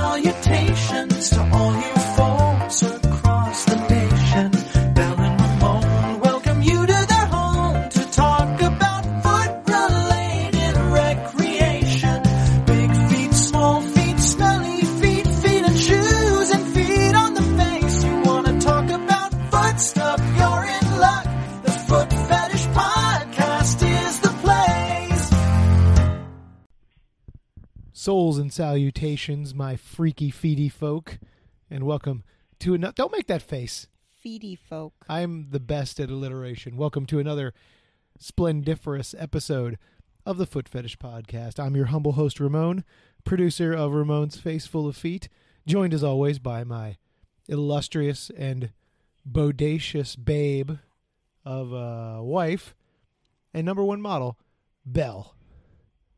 Salutations to all you folks across the nation. Bell and Ramon welcome you to their home to talk about foot related recreation. Big feet, small feet, smelly feet, feet and shoes, and feet on the face. You want to talk about foot stuff? You're in luck. The Foot Fetish Podcast is the place. Souls and salutations, my freaky feety folk, and welcome to another. Don't make that face. feedy folk. I'm the best at alliteration. Welcome to another splendiferous episode of the Foot Fetish Podcast. I'm your humble host, Ramon, producer of Ramon's Face Full of Feet, joined as always by my illustrious and bodacious babe of a wife and number one model, Belle.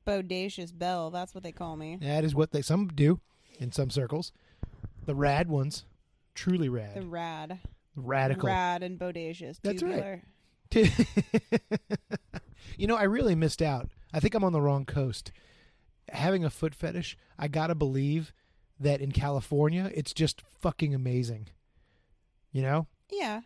Bodacious Belle, that's what they call me. That is what they some do in some circles. The rad ones, truly The rad, rad. radical. Rad and bodacious. That's right. tubular. you know, I really missed out. I think I'm on the wrong coast. Having a foot fetish, I gotta believe that in California, it's just fucking amazing. You know, Yeah.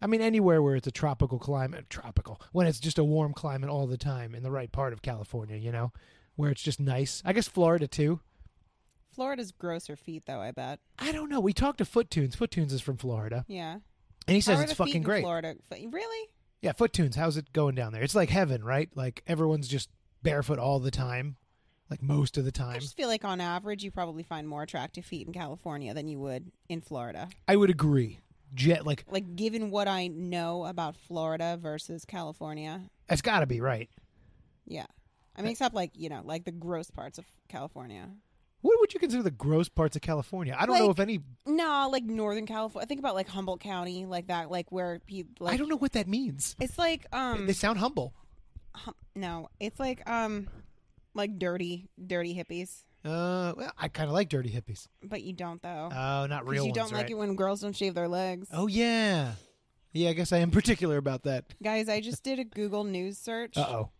I mean, anywhere where it's a tropical climate, tropical, when it's just a warm climate all the time in the right part of California, you know, where it's just nice. I guess Florida too. Florida's grosser feet, though, I bet. I don't know. We talked to Foottunes. Foottunes is from Florida, Yeah. and he says How are it's the feet fucking in great. Florida? F- Really? Yeah, Foottunes. How's it going down there? It's like heaven, right? Like everyone's just barefoot all the time, like most of the I time. just feel like on average, you probably find more attractive feet in California than you would in Florida. I would agree. Jet, like Like, given what I know about Florida versus California. that's got to be right. Yeah. I mean, except like, you know, like the gross parts of California. What would you consider the gross parts of California? I don't know Like, if any. No, like Northern California. Think about like Humboldt County, like that, like where people. Like, I don't know what that means. It's like um. they sound humble. hum- no, it's like um, like dirty, dirty hippies. Uh, well, I kind of like dirty hippies. But you don't though, Oh, not 'Cause real you don't ones, like right? it when girls don't shave their legs. Oh yeah, yeah. I guess I am particular about that. Guys, I just did a Google News search. Uh oh.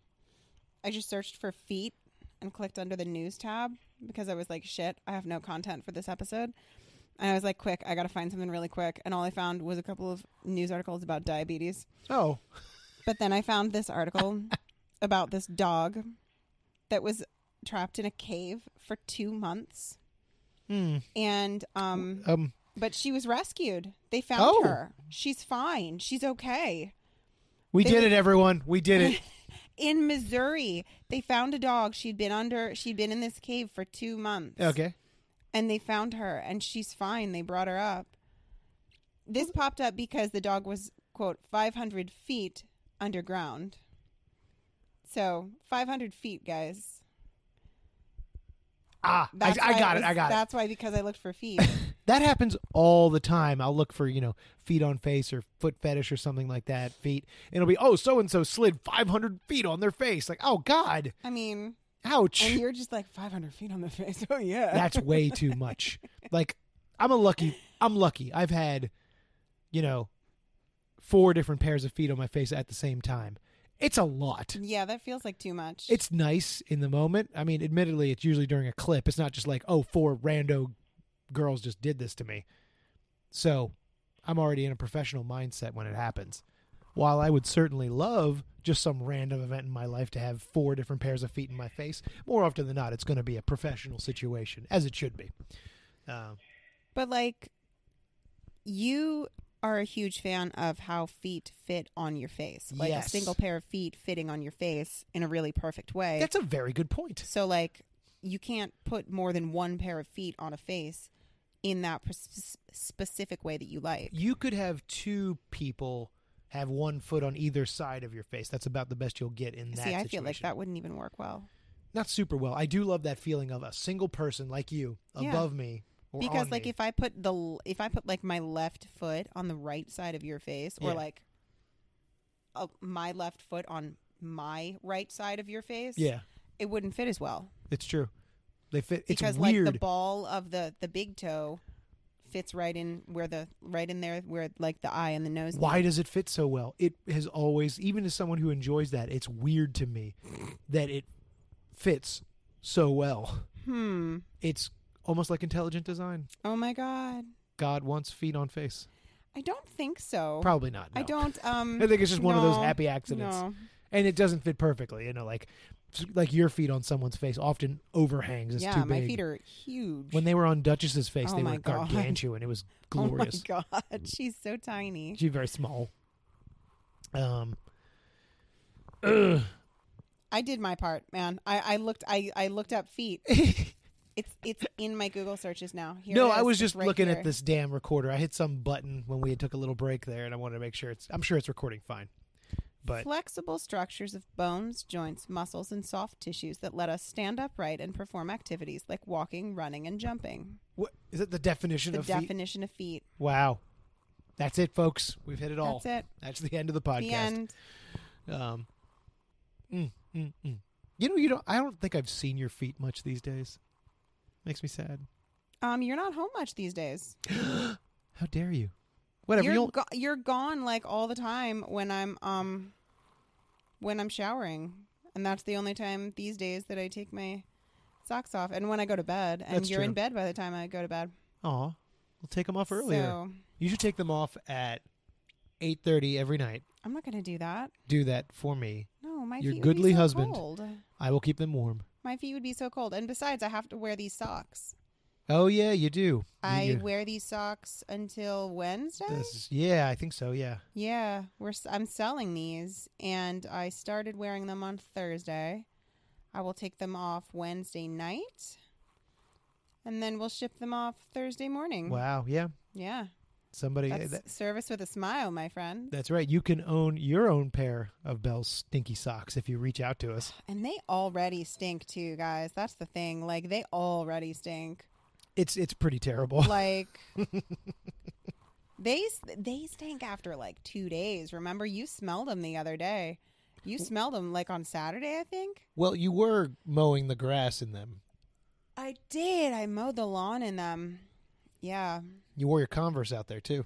I just searched for feet and clicked under the news tab because I was like, shit, I have no content for this episode. And I was like, quick, I gotta find something really quick. And all I found was a couple of news articles about diabetes. Oh, But then I found this article about this dog that was trapped in a cave for two months. Hmm. And um, um, but she was rescued. They found Oh. her. She's fine. She's okay. we They did it, would- everyone. We did it. In Missouri, they found a dog. She'd been under. She'd been in this cave for two months. Okay. and they found her, and she's fine. They brought her up. Oh. This popped up because the dog was quote 500 feet underground. So 500 feet, guys. Ah, I, That's I why got it. was- I got it. That's why because I looked for feet. That happens all the time. I'll look for, you know, feet on face or foot fetish or something like that. Feet. It'll be, oh, so and so slid 500 feet on their face. Like, oh, God. I mean, and Ouch. you're just like 500 feet on the face. Oh yeah. That's way too much. Like, I'm a lucky, I'm lucky. I've had, you know, four different pairs of feet on my face at the same time. It's a lot. yeah, that feels like too much. It's nice in the moment. I mean, admittedly, it's usually during a clip. It's not just like, oh, four rando girls just did this to me. So I'm already in a professional mindset when it happens. While I would certainly love just some random event in my life to have four different pairs of feet in my face, more often than not, it's going to be a professional situation, as it should be. Um, But like, you are a huge fan of how feet fit on your face, like Yes. a single pair of feet fitting on your face in a really perfect way. that's a very good point. so like, you can't put more than one pair of feet on a face in that pres- specific way that you like. You could have two people have one foot on either side of your face. That's about the best you'll get in that See, I feel like situation. that wouldn't even work well not super well. I do love that feeling of a single person like you Yeah. above me. Or because on like me. if I put the l- if I put like my left foot on the right side of your face or Yeah. like uh, my left foot on my right side of your face, yeah, it wouldn't fit as well. it's true. They fit. It's because weird. like the ball of the the big toe fits right in where the right in there where like the eye and the nose Why does it fit so well? It has always, even as someone who enjoys that, it's weird to me that it fits so well. hmm It's Almost like intelligent design. Oh my god. God wants feet on face. I don't think so. Probably not. I no. don't um I think it's just one of those no, happy accidents, No. and it doesn't fit perfectly. You know, like like your feet on someone's face often overhangs. It's yeah, too big. my feet are huge. When they were on Duchess's face, Oh they my were God. gargantuan. It was oh glorious. my god, she's so tiny. She's very small. Um, I did my part, man. I, I looked I, I looked up feet. it's it's in my Google searches now. Here no, it I is. was It's just right looking here. at this damn recorder. I hit some button when we took a little break there, and I wanted to make sure it's. I'm sure it's recording fine. But Flexible structures of bones, joints, muscles, and soft tissues that let us stand upright and perform activities like walking, running, and jumping. what is it? The definition The of feet. definition of feet. Wow, that's it, folks. We've hit it all. That's it. That's the end of the podcast. The end. Um, mm, mm, mm. You know, you don't. I don't think I've seen your feet much these days. Makes me sad. Um, you're not home much these days. How dare you? Whatever. you're you'll, go- you're gone like all the time when I'm um when I'm showering, and that's the only time these days that I take my socks off, and when I go to bed, and That's you're in true. bed by the time I go to bed. Aw, we'll take them off earlier. So You should take them off at eight thirty every night. I'm not gonna do that. Do that for me. No, my Your feet would be goodly so husband. cold. I will keep them warm. My feet would be so cold, and besides, I have to wear these socks. Oh yeah, you do. You- I you- wear these socks until Wednesday. this is- yeah, I think so. Yeah. Yeah, we're s- I'm selling these, and I started wearing them on Thursday. I will take them off Wednesday night, and then we'll ship them off Thursday morning. Wow. Yeah. Yeah, Somebody. Mm-hmm. that's that- service with a smile, my friend. that's right. You can own your own pair of Bell's stinky socks if you reach out to us. And they already stink too, guys. That's the thing. Like they already stink. It's it's pretty terrible. Like they s- they stink after like two days. Remember, you smelled them the other day. You smelled them like on Saturday, I think. Well, you were mowing the grass in them. I did. I mowed the lawn in them. Yeah. You wore your Converse out there too.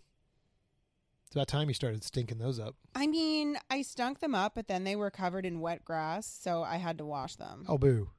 It's about time you started stinking those up. I mean, I stunk them up, but then they were covered in wet grass, so I had to wash them. Oh boo!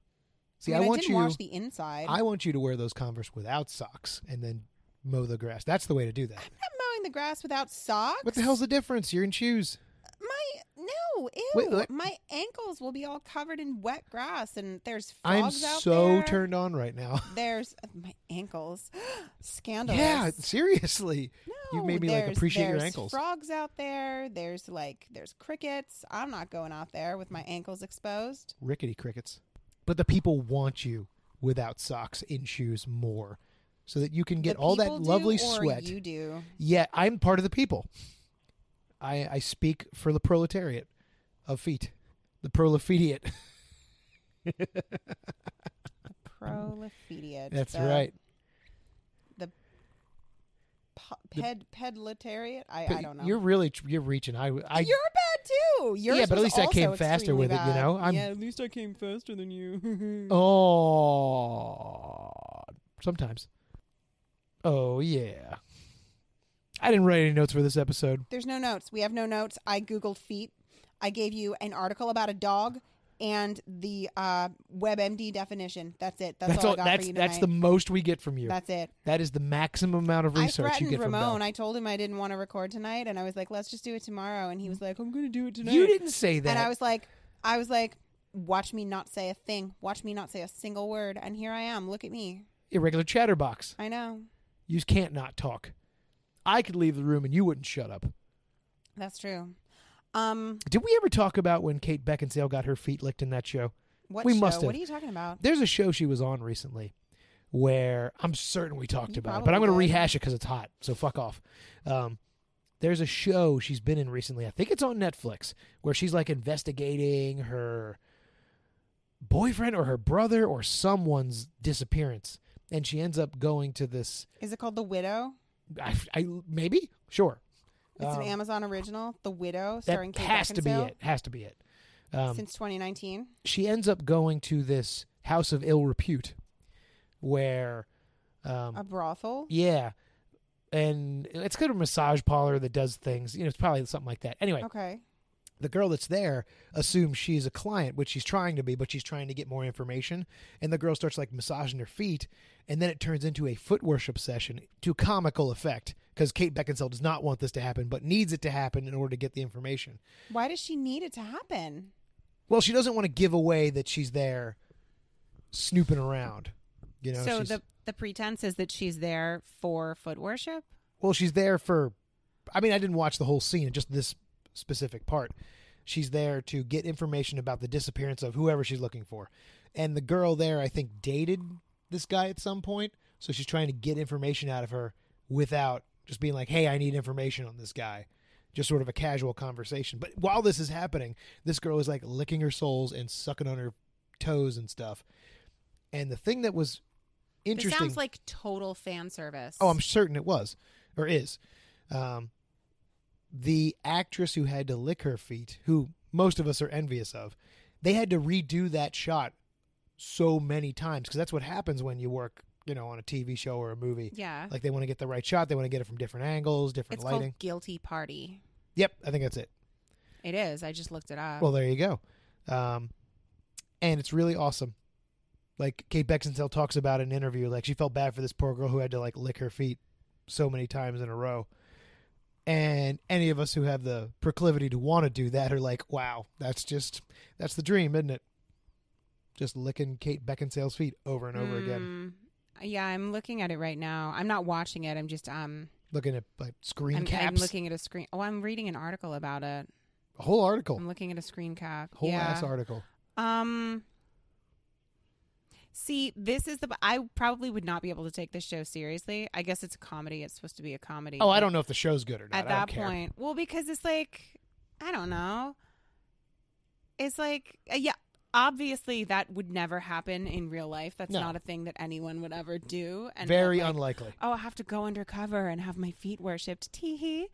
See, I, mean, I, want didn't you. wash the inside. I want you to wear those Converse without socks and then mow the grass. That's the way to do that. I'm not mowing the grass without socks. What the hell's the difference? You're in shoes. my no? Ew! Wait, what? My ankles will be all covered in wet grass, and there's I'm frogs out so there. turned on right now. There's uh, my ankles, scandalous. yeah, seriously. No, you made me like there's- appreciate your there's ankles. Frogs out there. There's like there's crickets. I'm not going out there with my ankles exposed. Rickety crickets. But the people want you without socks in shoes more, so that you can get The all that people do, lovely or sweat. You do. Yeah, I'm part of the people. I I speak for the proletariat of feet, the proletariat. Proletheia. That's right. Ped pedletariat. I, I But don't know. You're really tr- you're reaching. I I You're bad too. Yours yeah, but at was least I came also faster extremely with it. You bad. know, I'm yeah, at least I came faster than you. oh sometimes. Oh yeah. I didn't write any notes for this episode. There's no notes. We have no notes. I googled feet. I gave you an article about a dog and the uh, WebMD definition. That's it. That's, all, I got That's for you that's the tonight. most we get from you. That's it. that is the maximum amount of I research you threatened get Ramon. from Bell. I told him I didn't want to record tonight, and I was like, "Let's just do it tomorrow." And he was like, "I'm going to do it tonight." You didn't say that. And I was like, I was like, watch me not say a thing. Watch me not say a single word. And here I am. Look at me. Irregular chatterbox. I know. You just can't not talk. I could leave the room and you wouldn't shut up. That's true. Um, Did we ever talk about when Kate Beckinsale got her feet licked in that show? what We show? must have. What are you talking about? There's a show she was on recently where I'm certain we talked You about it, but I'm probably going to did. rehash it because it's hot. So fuck off. Um, there's a show she's been in recently. I think it's on Netflix where she's like investigating her boyfriend or her brother or someone's disappearance, and she ends up going to this. Is it called The Widow? I, I maybe sure. It's Um, an Amazon original, The Widow, starring that Kate has to be Beckinsale, it. Has to be it. Um, Since 2019, she ends up going to this house of ill repute where um a brothel. yeah and it's kind of a massage parlor that does things you know it's probably something like that anyway Okay. the girl that's there assumes she's a client, which she's trying to be, but she's trying to get more information. And the girl starts like massaging her feet, and then it turns into a foot worship session to comical effect because Kate Beckinsale does not want this to happen, but needs it to happen in order to get the information. Why does she need it to happen? Well, she doesn't want to give away that she's there snooping around. You know, so she's- the the pretense is that she's there for foot worship. Well, she's there for. I mean, I didn't watch the whole scene, just this specific part. She's there to get information about the disappearance of whoever she's looking for. And the girl there, I think, dated this guy at some point. So she's trying to get information out of her without just being like, hey, I need information on this guy. Just sort of a casual conversation. But while this is happening, this girl is like licking her soles and sucking on her toes and stuff. And the thing that was This interesting. sounds like total fan service. Oh, I'm certain it was or is. Um, the actress who had to lick her feet, who most of us are envious of, they had to redo that shot so many times because that's what happens when you work, you know, on a TV show or a movie. yeah. Like they want to get the right shot, they want to get it from different angles, different It's lighting. called guilty party. Yep, I think that's it. It is. I just looked it up. Well, there you go. Um, and it's really awesome. Like Kate Beckinsale talks about in an interview, like she felt bad for this poor girl who had to like lick her feet so many times in a row. And any of us who have the proclivity to want to do that are like, wow, that's just that's the dream, isn't it? Just licking Kate Beckinsale's feet over and over again, Mm, yeah, I'm looking at it right now. I'm not watching it. I'm just um looking at like screen I'm, caps, I'm looking at a screen. Oh, I'm reading an article about it. a whole article, I'm looking at a screen cap. whole yeah. ass article. Um See, this is the I probably would not be able to take this show seriously. I guess it's a comedy. It's supposed to be a comedy. Oh, I but don't know if the show's good or not. At I that don't care. point. Well, because it's like I don't know. It's like uh, yeah, obviously that would never happen in real life. That's No. not a thing that anyone would ever do and but, very like, unlikely. oh, I have to go undercover and have my feet worshipped. Tee hee.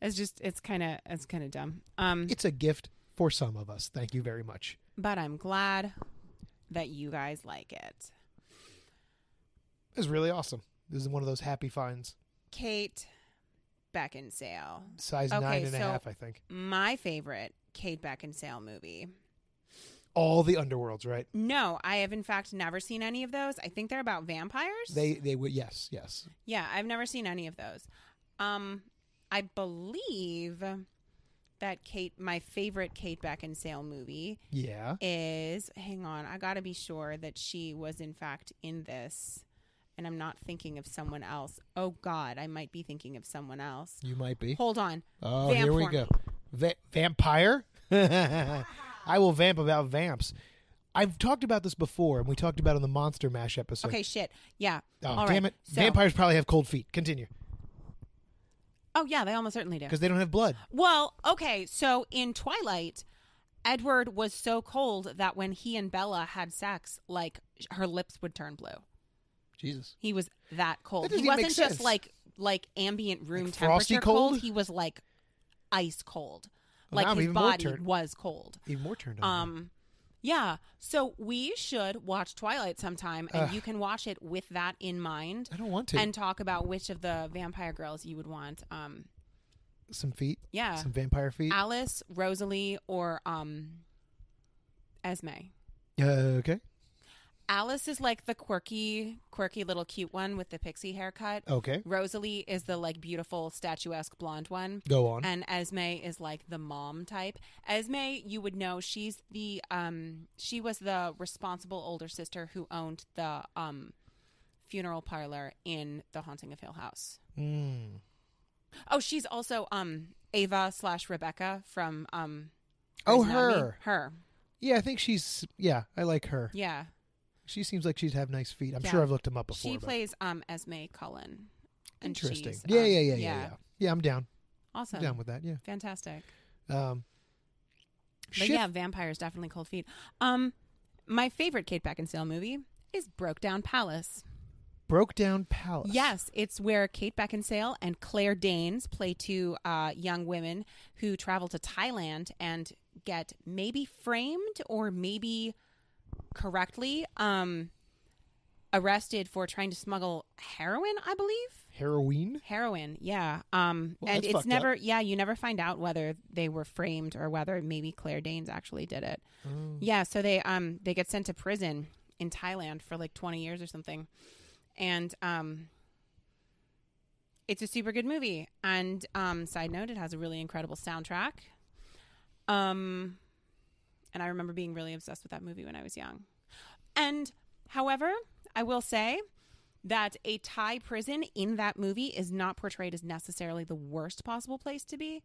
It's just, it's kind of, it's kind of dumb. Um, It's a gift for some of us. Thank you very much. but I'm glad that you guys like it. It was really awesome. This is one of those happy finds. Kate Beckinsale, Size Okay, nine and a half, so- I think. my favorite Kate Beckinsale movie. All the underworlds, right? No, I have in fact never seen any of those. I think they're about vampires. They they would yes, yes. yeah, I've never seen any of those. Um, I believe that Kate, my favorite Kate Beckinsale movie Yeah. is hang on, I gotta be sure that she was in fact in this and I'm not thinking of someone else. Oh god, I might be thinking of someone else. You might be. Hold on. Oh, Vamp here we for go. Va- vampire? I will vamp about vamps. I've talked about this before and we talked about it on the Monster Mash episode. Okay, shit. Yeah. Oh, All damn right. it. So- Vampires probably have cold feet. Continue. Oh yeah, they almost certainly do. Because they don't have blood. Well, okay, so in Twilight, Edward was so cold that when he and Bella had sex, like sh- her lips would turn blue. Jesus. He was that cold. That doesn't he even make wasn't sense. just like like ambient room Like frosty temperature cold? He was like ice cold. Well, now like I'm his even more body turned- was cold. Even more turned on. Um, yeah. So we should watch Twilight sometime, and you can watch it with that in mind, I don't want to. and talk about which of the vampire girls you would want. Um, some feet. yeah. Some vampire feet. Alice, Rosalie, or um, Esme. Uh, okay. Alice is like the quirky, quirky little cute one with the pixie haircut. Okay. Rosalie is the like beautiful, statuesque blonde one. Go on. And Esme is like the mom type. Esme, you would know she's the um she was the responsible older sister who owned the um funeral parlor in The Haunting of Hill House. Mm. Oh, she's also um Ava slash Rebecca from um Oh, Grey's Anatomy. her. Her. Yeah, I think she's. Yeah, I like her. Yeah. She seems like she'd have nice feet. I'm Yeah. sure I've looked him up before. she but- plays um Esme Cullen. And Interesting. she's, Yeah, um, yeah, yeah, yeah, yeah, yeah. I'm down. Awesome. I'm down with that. Yeah. Fantastic. Um. But Shift. yeah, vampires definitely cold feet. Um, my favorite Kate Beckinsale movie is Broke Down Palace. Broke down palace. Yes, it's where Kate Beckinsale and Claire Danes play two uh, young women who travel to Thailand and get maybe framed or maybe correctly um, arrested for trying to smuggle heroin, I believe. Heroin. Heroin, yeah. Um, Well, and that's it's fucked never, yeah, you never find out whether they were framed or whether maybe Claire Danes actually did it. Oh. Yeah, so they um they get sent to prison in Thailand for like 20 years or something. And um it's a super good movie. And um side note, it has a really incredible soundtrack. Um and I remember being really obsessed with that movie when I was young. And however, I will say that a Thai prison in that movie is not portrayed as necessarily the worst possible place to be.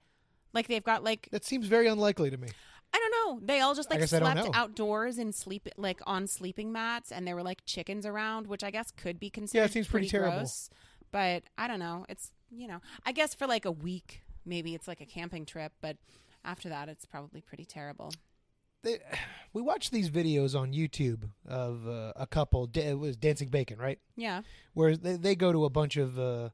Like they've got like That seems very unlikely to me. I don't know. They all just I like guess I don't slept know. outdoors and sleep like on sleeping mats, and there were like chickens around, which I guess could be considered. seems pretty terrible. Gross, but I don't know. It's you know, I guess for like a week, maybe it's like a camping trip, but after that, it's probably pretty terrible. They, we watched these videos on YouTube of uh, a couple. da- It was Dancing Bacon, right? Yeah, Where they, they go to a bunch of uh,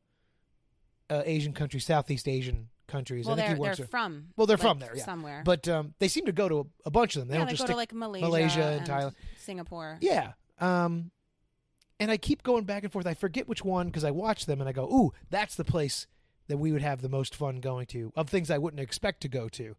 uh, Asian countries, Southeast Asian countries. well, I think they're he works they're there. from. Well, they're like, from there, yeah. somewhere. But um, they seem to go to a, a bunch of them. They yeah, don't they just go stick to like Malaysia, Malaysia and Thailand. Singapore. Yeah. Um, and I keep going back and forth. I forget which one because I watch them and I go, ooh, that's the place that we would have the most fun going to of things I wouldn't expect to go to.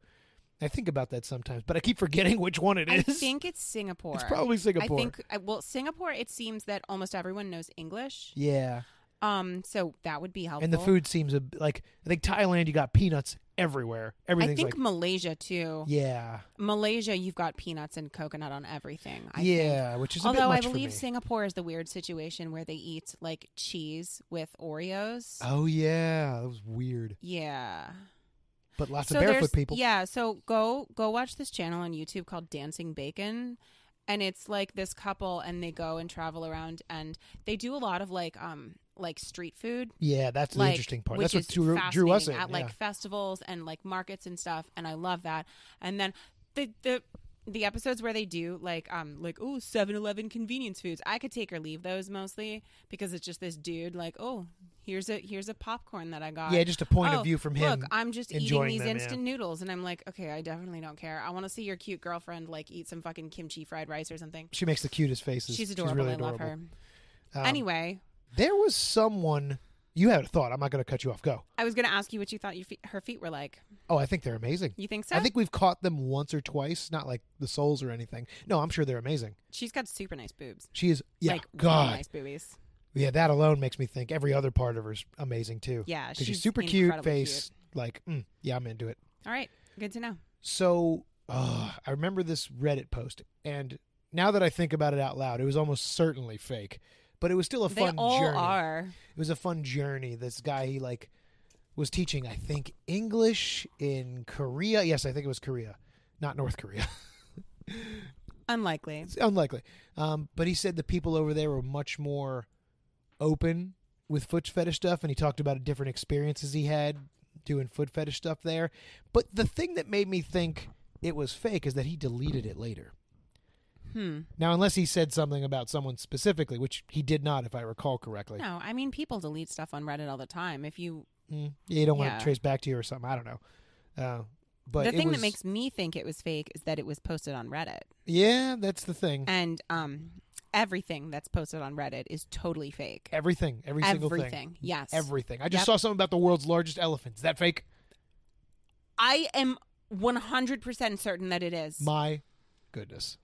I think about that sometimes, but I keep forgetting which one it I is. think it's Singapore. it's probably Singapore. I think I- well, Singapore. It seems that almost everyone knows English. yeah. Um, so that would be helpful. And the food seems a, b- like, I think Thailand, you got peanuts everywhere. I Everything's think like, Malaysia too. yeah. Malaysia, you've got peanuts and coconut on everything. I Think. yeah. Which is a bit Although I much believe for me. Singapore is the weird situation where they eat like cheese with Oreos. oh, yeah. That was weird. yeah. But lots so of there's- barefoot people. Yeah, so go go watch this channel on YouTube called Dancing Bacon and it's like this couple and they go and travel around and they do a lot of like um like street food Yeah, that's the like, interesting part. which That's what is drew, drew us in. fascinating at yeah. like festivals and like markets and stuff, and I love that. And then the the the episodes where they do like um like oh 7-Eleven convenience foods, I could take or leave those mostly because it's just this dude like oh here's a here's a popcorn that I got. Yeah, just a point Oh, of view from him. Look, I'm just eating enjoying these them, yeah. instant noodles, and I'm like, okay, I definitely don't care. I want to see your cute girlfriend like eat some fucking kimchi fried rice or something. she makes the cutest faces. She's adorable. really I love her. adorable. Um, anyway, there was someone you had a thought. I'm not going to cut you off. Go. I was going to ask you what you thought your feet, her feet were like. Oh, I think they're amazing. You think so? I think we've caught them once or twice. Not like the soles or anything. No, I'm sure they're amazing. She's got super nice boobs. She is. Yeah, like really God. nice boobies. Yeah, that alone makes me think every other part of her's amazing too. Yeah, because she's she's super cute. incredibly Face like, mm, yeah, I'm into it. All right, good to know. So ugh, I remember this Reddit post, and now that I think about it out loud, it was almost certainly fake, but it was still a They fun all journey. are. it was a fun journey. This guy, he like was teaching, I think, English in Korea. Yes, I think it was Korea, not North Korea. Unlikely. it's unlikely. Um, but he said the people over there were much more open with foot fetish stuff, and he talked about different experiences he had doing foot fetish stuff there. But the thing that made me think it was fake is that he deleted it later. Hmm. Now, unless he said something about someone specifically, which he did not, if I recall correctly. No, I mean people delete stuff on Reddit all the time. If you Mm, you don't want Yeah. to trace back to you or something. I don't know. Uh, but the it thing was- that makes me think it was fake is that it was posted on Reddit, yeah, that's the thing. and um, everything that's posted on Reddit is totally fake. Everything, every single thing, Everything, yes. everything. I just Yep. saw something about the world's largest elephant. Is that fake? I am one hundred percent certain that it is. My goodness,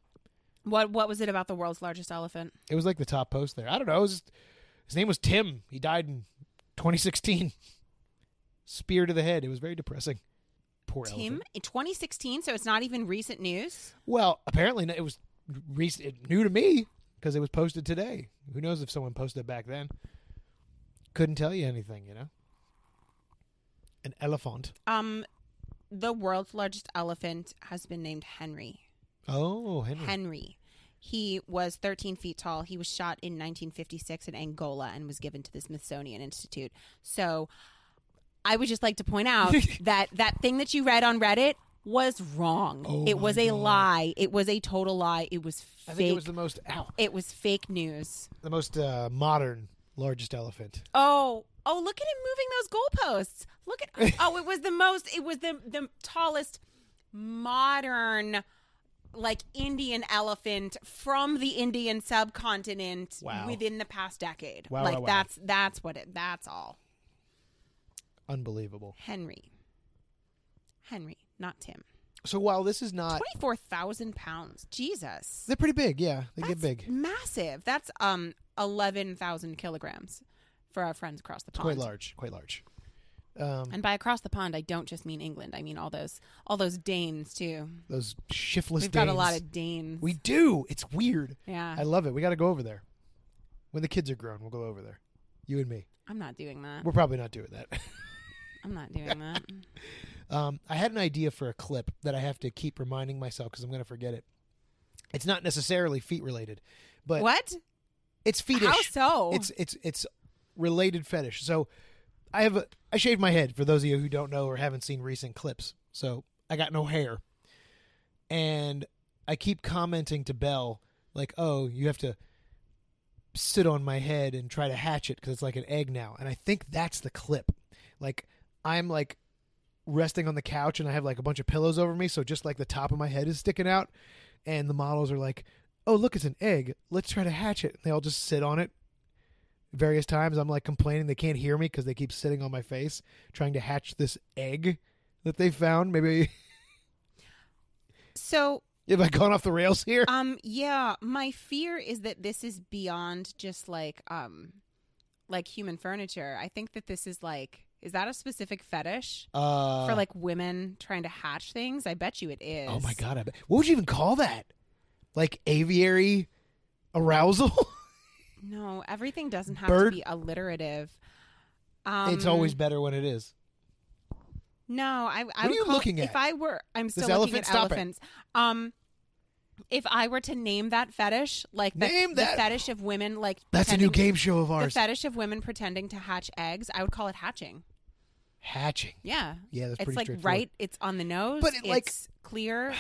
what What was it about the world's largest elephant? it was like the top post there. I don't know. It was just- his name was Tim. He died in 2016. Spear to the head. It was very depressing. Poor Tim elephant. in 2016, so it's not even recent news. Well, apparently no- it was recent, it- new to me because it was posted today. Who knows if someone posted it back then? Couldn't tell you anything, you know. An elephant. Um, the world's largest elephant has been named Henry. Oh, Henry. Henry. He was 13 feet tall. He was shot in 1956 in Angola and was given to the Smithsonian Institute. So I would just like to point out that that thing that you read on Reddit was wrong. Oh it was my a God. lie. It was a total lie. It was fake. I think it was the most ow, it was fake news. the most uh, modern largest elephant. Oh, oh, look at him moving those goalposts. Look at oh, it was the most it was the the tallest modern like Indian elephant from the Indian subcontinent Wow. within the past decade. Wow, like wow, wow. that's that's what it that's all. Unbelievable. Henry. Henry, not Tim. So while this is not, Twenty four thousand pounds. Jesus. they're pretty big. Yeah, they That's get big. Massive. That's um eleven thousand kilograms for our friends across the pond. Quite large. Quite large. Um, And by across the pond, I don't just mean England. I mean all those all those Danes too. those shiftless. We've got a lot Danes. of Danes. We do. It's weird. yeah, I love it. We got to go over there. When the kids are grown, we'll go over there. You and me. I'm not doing that. We're probably not doing that. I'm not doing that. Um, I had an idea for a clip that I have to keep reminding myself because I'm going to forget it. It's not necessarily feet related, but what? it's feetish. How so? It's it's it's related fetish. So I have a, I shaved my head for those of you who don't know or haven't seen recent clips. So I got no hair, and I keep commenting to Belle like, "Oh, you have to sit on my head and try to hatch it because it's like an egg now." And I think that's the clip. Like I'm like resting on the couch and I have like a bunch of pillows over me, so just like the top of my head is sticking out, and the models are like. Oh look, it's an egg. Let's try to hatch it. And they all just sit on it various times I'm like complaining they can't hear me because they keep sitting on my face trying to hatch this egg that they found. Maybe so, have I gone off the rails here? um, yeah, my fear is that this is beyond just like um, like human furniture. I think that this is like, is that a specific fetish Uh, for like women trying to hatch things? I bet you it is. oh my god, I bet. what would you even call that? Like aviary arousal? No, everything doesn't have Bird- to be alliterative. Um, it's always better when it is. No, I. I are would you call- looking If at? I were, I'm still looking elephant? at Stop it. elephants. Um, if I were to name that fetish, like the, Name the that- fetish of women, like That's a new pretending- game show of The ours. fetish of women pretending to hatch eggs, I would call it hatching. Hatching. Yeah, Yeah, that's it's pretty like straightforward. right. It's on the nose, But it, it's like- clear.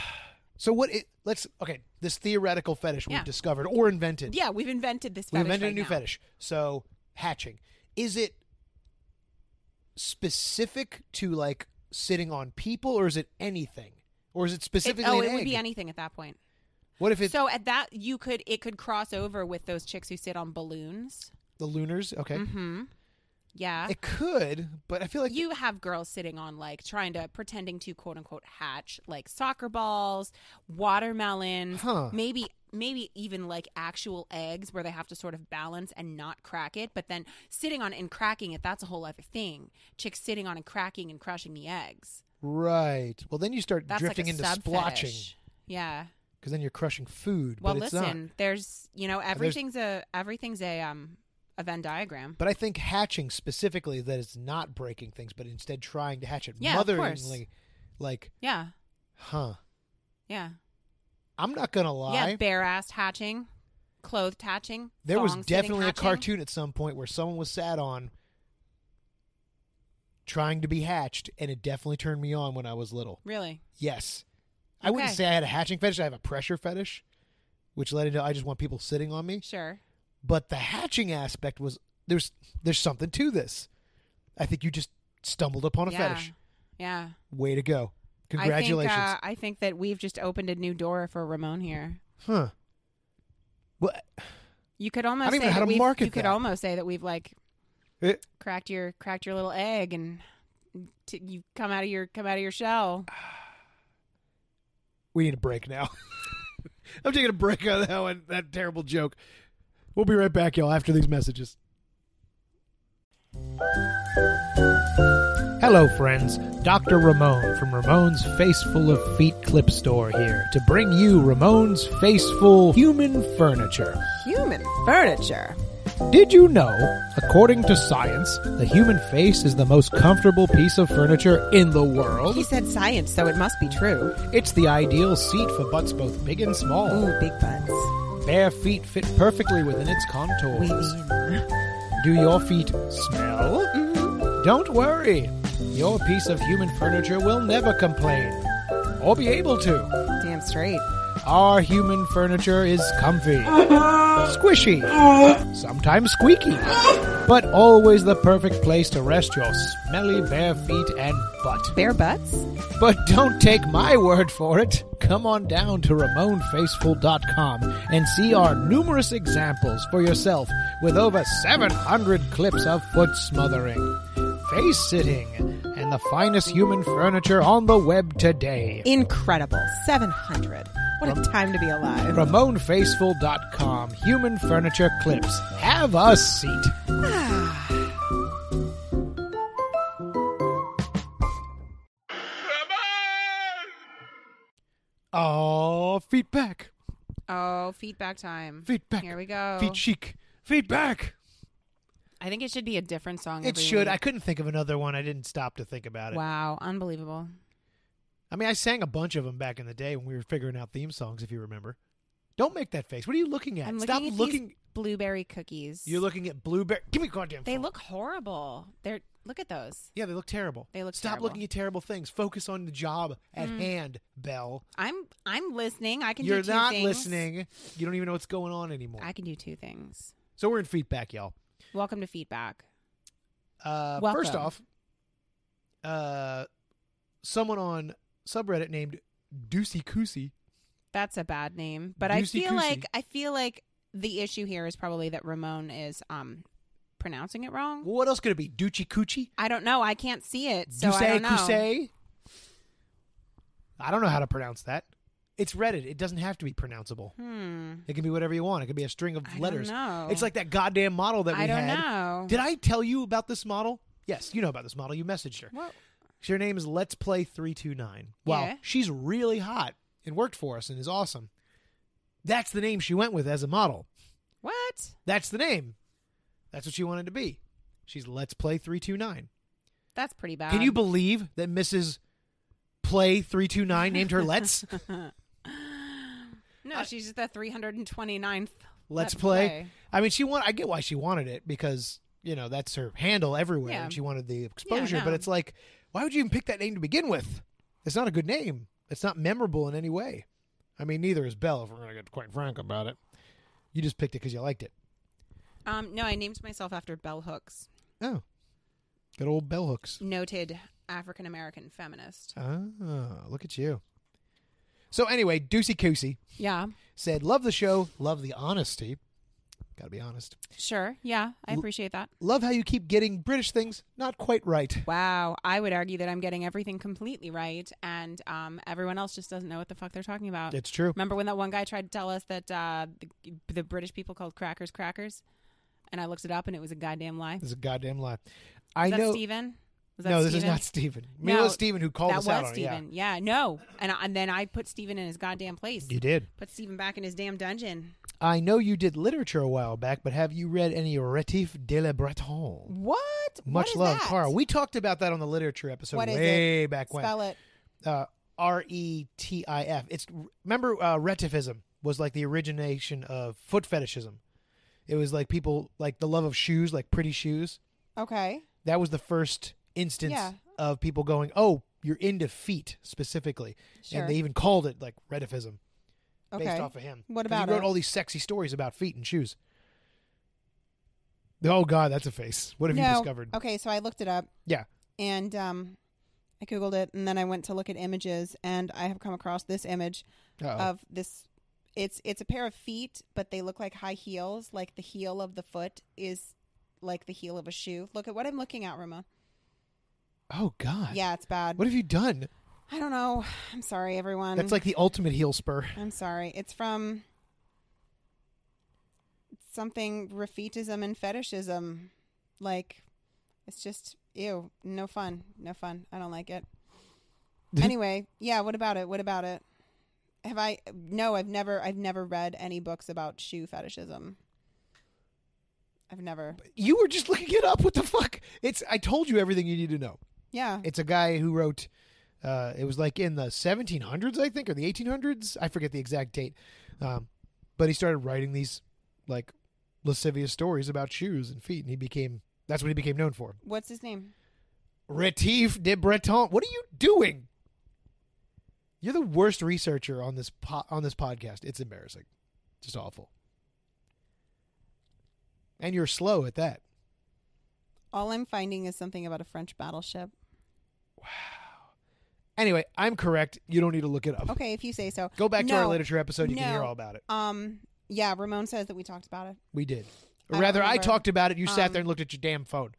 So what? It, let's okay. This theoretical fetish Yeah. we've discovered or invented. Yeah, we've invented this. We fetish invented right a new now. fetish. So hatching. Is it specific to like sitting on people or is it anything? Or is it It, specifically oh, an it would be egg? anything at that point. what if it's so at that, you could it could cross over with those chicks who sit on balloons. the lunars? Okay. Mm-hmm. Yeah, It could, but I feel like you have girls sitting on like trying to pretending to quote unquote hatch like soccer balls, watermelons, Huh. maybe maybe even like actual eggs where they have to sort of balance and not crack it, but then sitting on it and cracking it that's a whole other thing. Chicks sitting on and cracking and crushing the eggs. right. Well, then you start That's drifting like a into sub splotching fetish. Yeah. because then you're crushing food. Well, but it's not. listen, there's you know there's- everything's a everything's a um a Venn diagram. But I think hatching specifically that it's not breaking things, but instead trying to hatch it Yeah, of course. motheringly, like, Yeah. huh? Yeah. I'm not gonna lie. Yeah, bare-assed hatching, clothed hatching. There was thong-sitting definitely a hatching. cartoon at some point where someone was sat on trying to be hatched, and it definitely turned me on when I was little. Really? Yes. I wouldn't Okay. say I had a hatching fetish, I have a pressure fetish, which led into I just want people sitting on me. Sure. But the hatching aspect was there's there's something to this. I think you just stumbled upon a yeah. fetish. Yeah. Way to go. Congratulations. I think, uh, I think that we've just opened a new door for Ramon here. huh. Well, You could almost I don't even say know how that to we've- market you could that. almost say that we've like eh, cracked your cracked your little egg and t- you come out of your come out of your shell. we need a break now. I'm taking a break on that one, that terrible joke. We'll be right back, y'all, after these messages. Hello, friends. Dr. Ramon from Ramon's Faceful of Feet Clip Store here to bring you Ramon's Faceful Human Furniture. Human furniture. Did you know, according to science, the human face is the most comfortable piece of furniture in the world? said science, so it must be true. It's the ideal seat for butts both big and small. big butts. Bare feet fit perfectly within its contours. Do your feet smell? Don't worry. Your piece of human furniture will never complain. Or be able to. damn straight. Our human furniture is comfy, squishy, sometimes squeaky, but always the perfect place to rest your smelly bare feet and butt. Bare butts? But don't take my word for it. Come on down to RamonFaceful.com and see our numerous examples for yourself with over 700 clips of foot smothering, face sitting, and the finest human furniture on the web today. Incredible. 700. What a time to be alive. RamonFaceful.com Human Furniture Clips. Have a seat. Ah. Oh, feet back, Oh, feedback time. feet back. Here we go. Feet chic, feet back. I think it should be a different song. It every should. I week. couldn't think of another one. I didn't stop to think about it. Wow, unbelievable. I mean, I sang a bunch of them back in the day when we were figuring out theme songs, if you remember. Don't make that face. What are you looking at? I'm looking Stop at these looking. Blueberry cookies. You're looking at blueberry. Give me a goddamn. They phone. look horrible. They're look at those. Yeah, they look terrible. They look Stop terrible. looking at terrible things. Focus on the job at hand, Bell. I'm I'm listening. I can You're do two not things. listening. You don't even know what's going on anymore. I can do two things. so we're in feedback, y'all. Welcome to feedback. Uh, first Welcome. off, uh, someone on subreddit named Deucey Coosey. That's a bad name, but I Goosey feel goosey. like I feel like the issue here is probably that Ramon is um pronouncing it wrong. What else could it be? Doochie Coochie? I don't know. I can't see it, so I Dusay don't know. Kusay? I don't know how to pronounce that. It's Reddit. It doesn't have to be pronounceable. Hmm. It can be whatever you want. It could be a string of I don't letters. know. It's like that goddamn model that we I don't had. know. Did I tell you about this model? Yes, you know about this model. You messaged her. What? Her name is Let's Play 329. Wow. Yeah. She's really hot and worked for us and is awesome. That's the name she went with as a model. What? That's the name. That's what she wanted to be. She's Let's Play 329. That's pretty bad. Can you believe that Mrs. Play three two nine named her Let's no, she's just the 329th. Let's Let's play. Play. I mean, she want. I get why she wanted it because you know that's her handle everywhere, Yeah. and she wanted the exposure. But know. it's like, why would you even pick that name to begin with? It's not a good name. It's not memorable in any way. I mean, neither is Belle. If we're gonna get quite frank about it, you just picked it because you liked it. Um, no, I named myself after bell hooks, Oh, good old bell hooks. noted African American feminist. Ah, look at you. So anyway, Deucey Coosey Yeah, said, "Love the show. Love the honesty. Got to be honest." sure. Yeah, I L- appreciate that. Love how you keep getting British things not quite right. Wow, I would argue that I'm getting everything completely right, and um, everyone else just doesn't know what the fuck they're talking about. It's true. Remember when that one guy tried to tell us that uh, the, the British people called crackers crackers, and I looked it up and it was a goddamn lie. This is a goddamn lie. Is I that know. Steven? Was that no, this is Steven? not Stephen. I mean, it was No, Stephen who called that us was out on it. Yeah. Steven. Yeah. no, and I- and then I put Steven in his goddamn place. You did. Put Steven back in his damn dungeon. I know you did literature a while back, but have you read any Retif de la Breton? What? Much what is love, that? Carl. We talked about that on the literature episode What is way back when. Spell it. uh, R E T I F. It's remember uh, retifism was like the origination of foot fetishism. It was like people like the love of shoes, like pretty shoes. Okay. that was the first instance Yeah. of people going, "Oh, you're into feet specifically," Sure. and they even called it like redifism okay. based off of him. What 'Cause about he wrote it? all these sexy stories about feet and shoes? Oh God, that's a face. What have you No. Oh. discovered? Okay, so I looked it up. Yeah. And um, I googled it, and then I went to look at images, and I have come across this image Uh, of this. It's it's a pair of feet, but they look like high heels. Like the heel of the foot is like the heel of a shoe. Look at what I'm looking at, Ramon. oh God, Yeah, it's bad. What have you done? I don't know. I'm sorry, everyone. That's like the ultimate heel spur. I'm sorry. It's from something Rafitism and fetishism. Like it's just ew, no fun. No fun. I don't like it. anyway, yeah, what about it? What about it? Have I no, I've never I've never read any books about shoe fetishism. I've never. You were just looking it up. What the fuck? It's. I told you everything you need to know. Yeah. It's a guy who wrote. Uh, it was like in the 1700s, I think, or the 1800s. I forget the exact date, um, but he started writing these like lascivious stories about shoes and feet, and he became that's what he became known for. What's his name? Retif de Breton. What are you doing? You're the worst researcher on this po- on this podcast. It's embarrassing, just awful. And you're slow at that. All I'm finding is something about a French battleship. Anyway, I'm correct. You don't need to look it up. Okay, if you say so. Go back to our No. literature episode. You can hear No. all about it. Um, yeah, Ramon says that we talked about it. We did. I Or don't rather, I remember. talked about it. You sat Um, there and looked at your damn phone.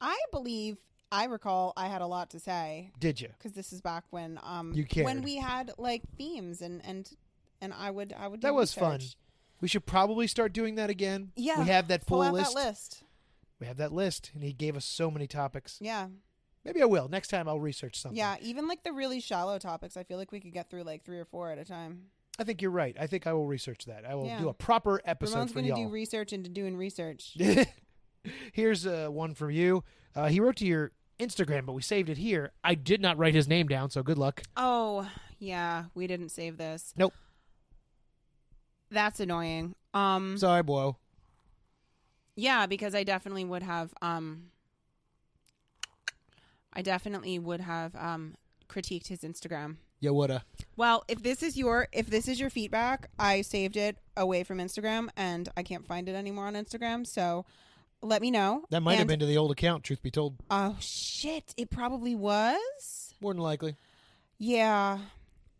I believe I recall I had a lot to say Did you? because this is back when um You when cared. we had like themes and and and I would I would do That was fun. research. We should probably start doing that again. Yeah, We have that full Pull out list. that list. We have that list, and he gave us so many topics. Yeah, Maybe I will. Next time I'll research something. yeah. Even like the really shallow topics, I feel like we could get through like three or four at a time. I think you're right. I think I will research that. I will Yeah. do a proper episode Ramon's for going to y'all. do research into doing research. Here's uh, one from you. Uh, he wrote to your Instagram, but we saved it here. I did not write his name down, so good luck. Oh, yeah, we didn't save this. Nope. That's annoying. Um Sorry, boy. yeah, because I definitely would have um I definitely would have um critiqued his Instagram. You woulda. Well, if this is your if this is your feedback, I saved it away from Instagram and I can't find it anymore on Instagram, so let me know. That might have And- been to the old account, truth be told. Oh shit, it probably was. More than likely. Yeah.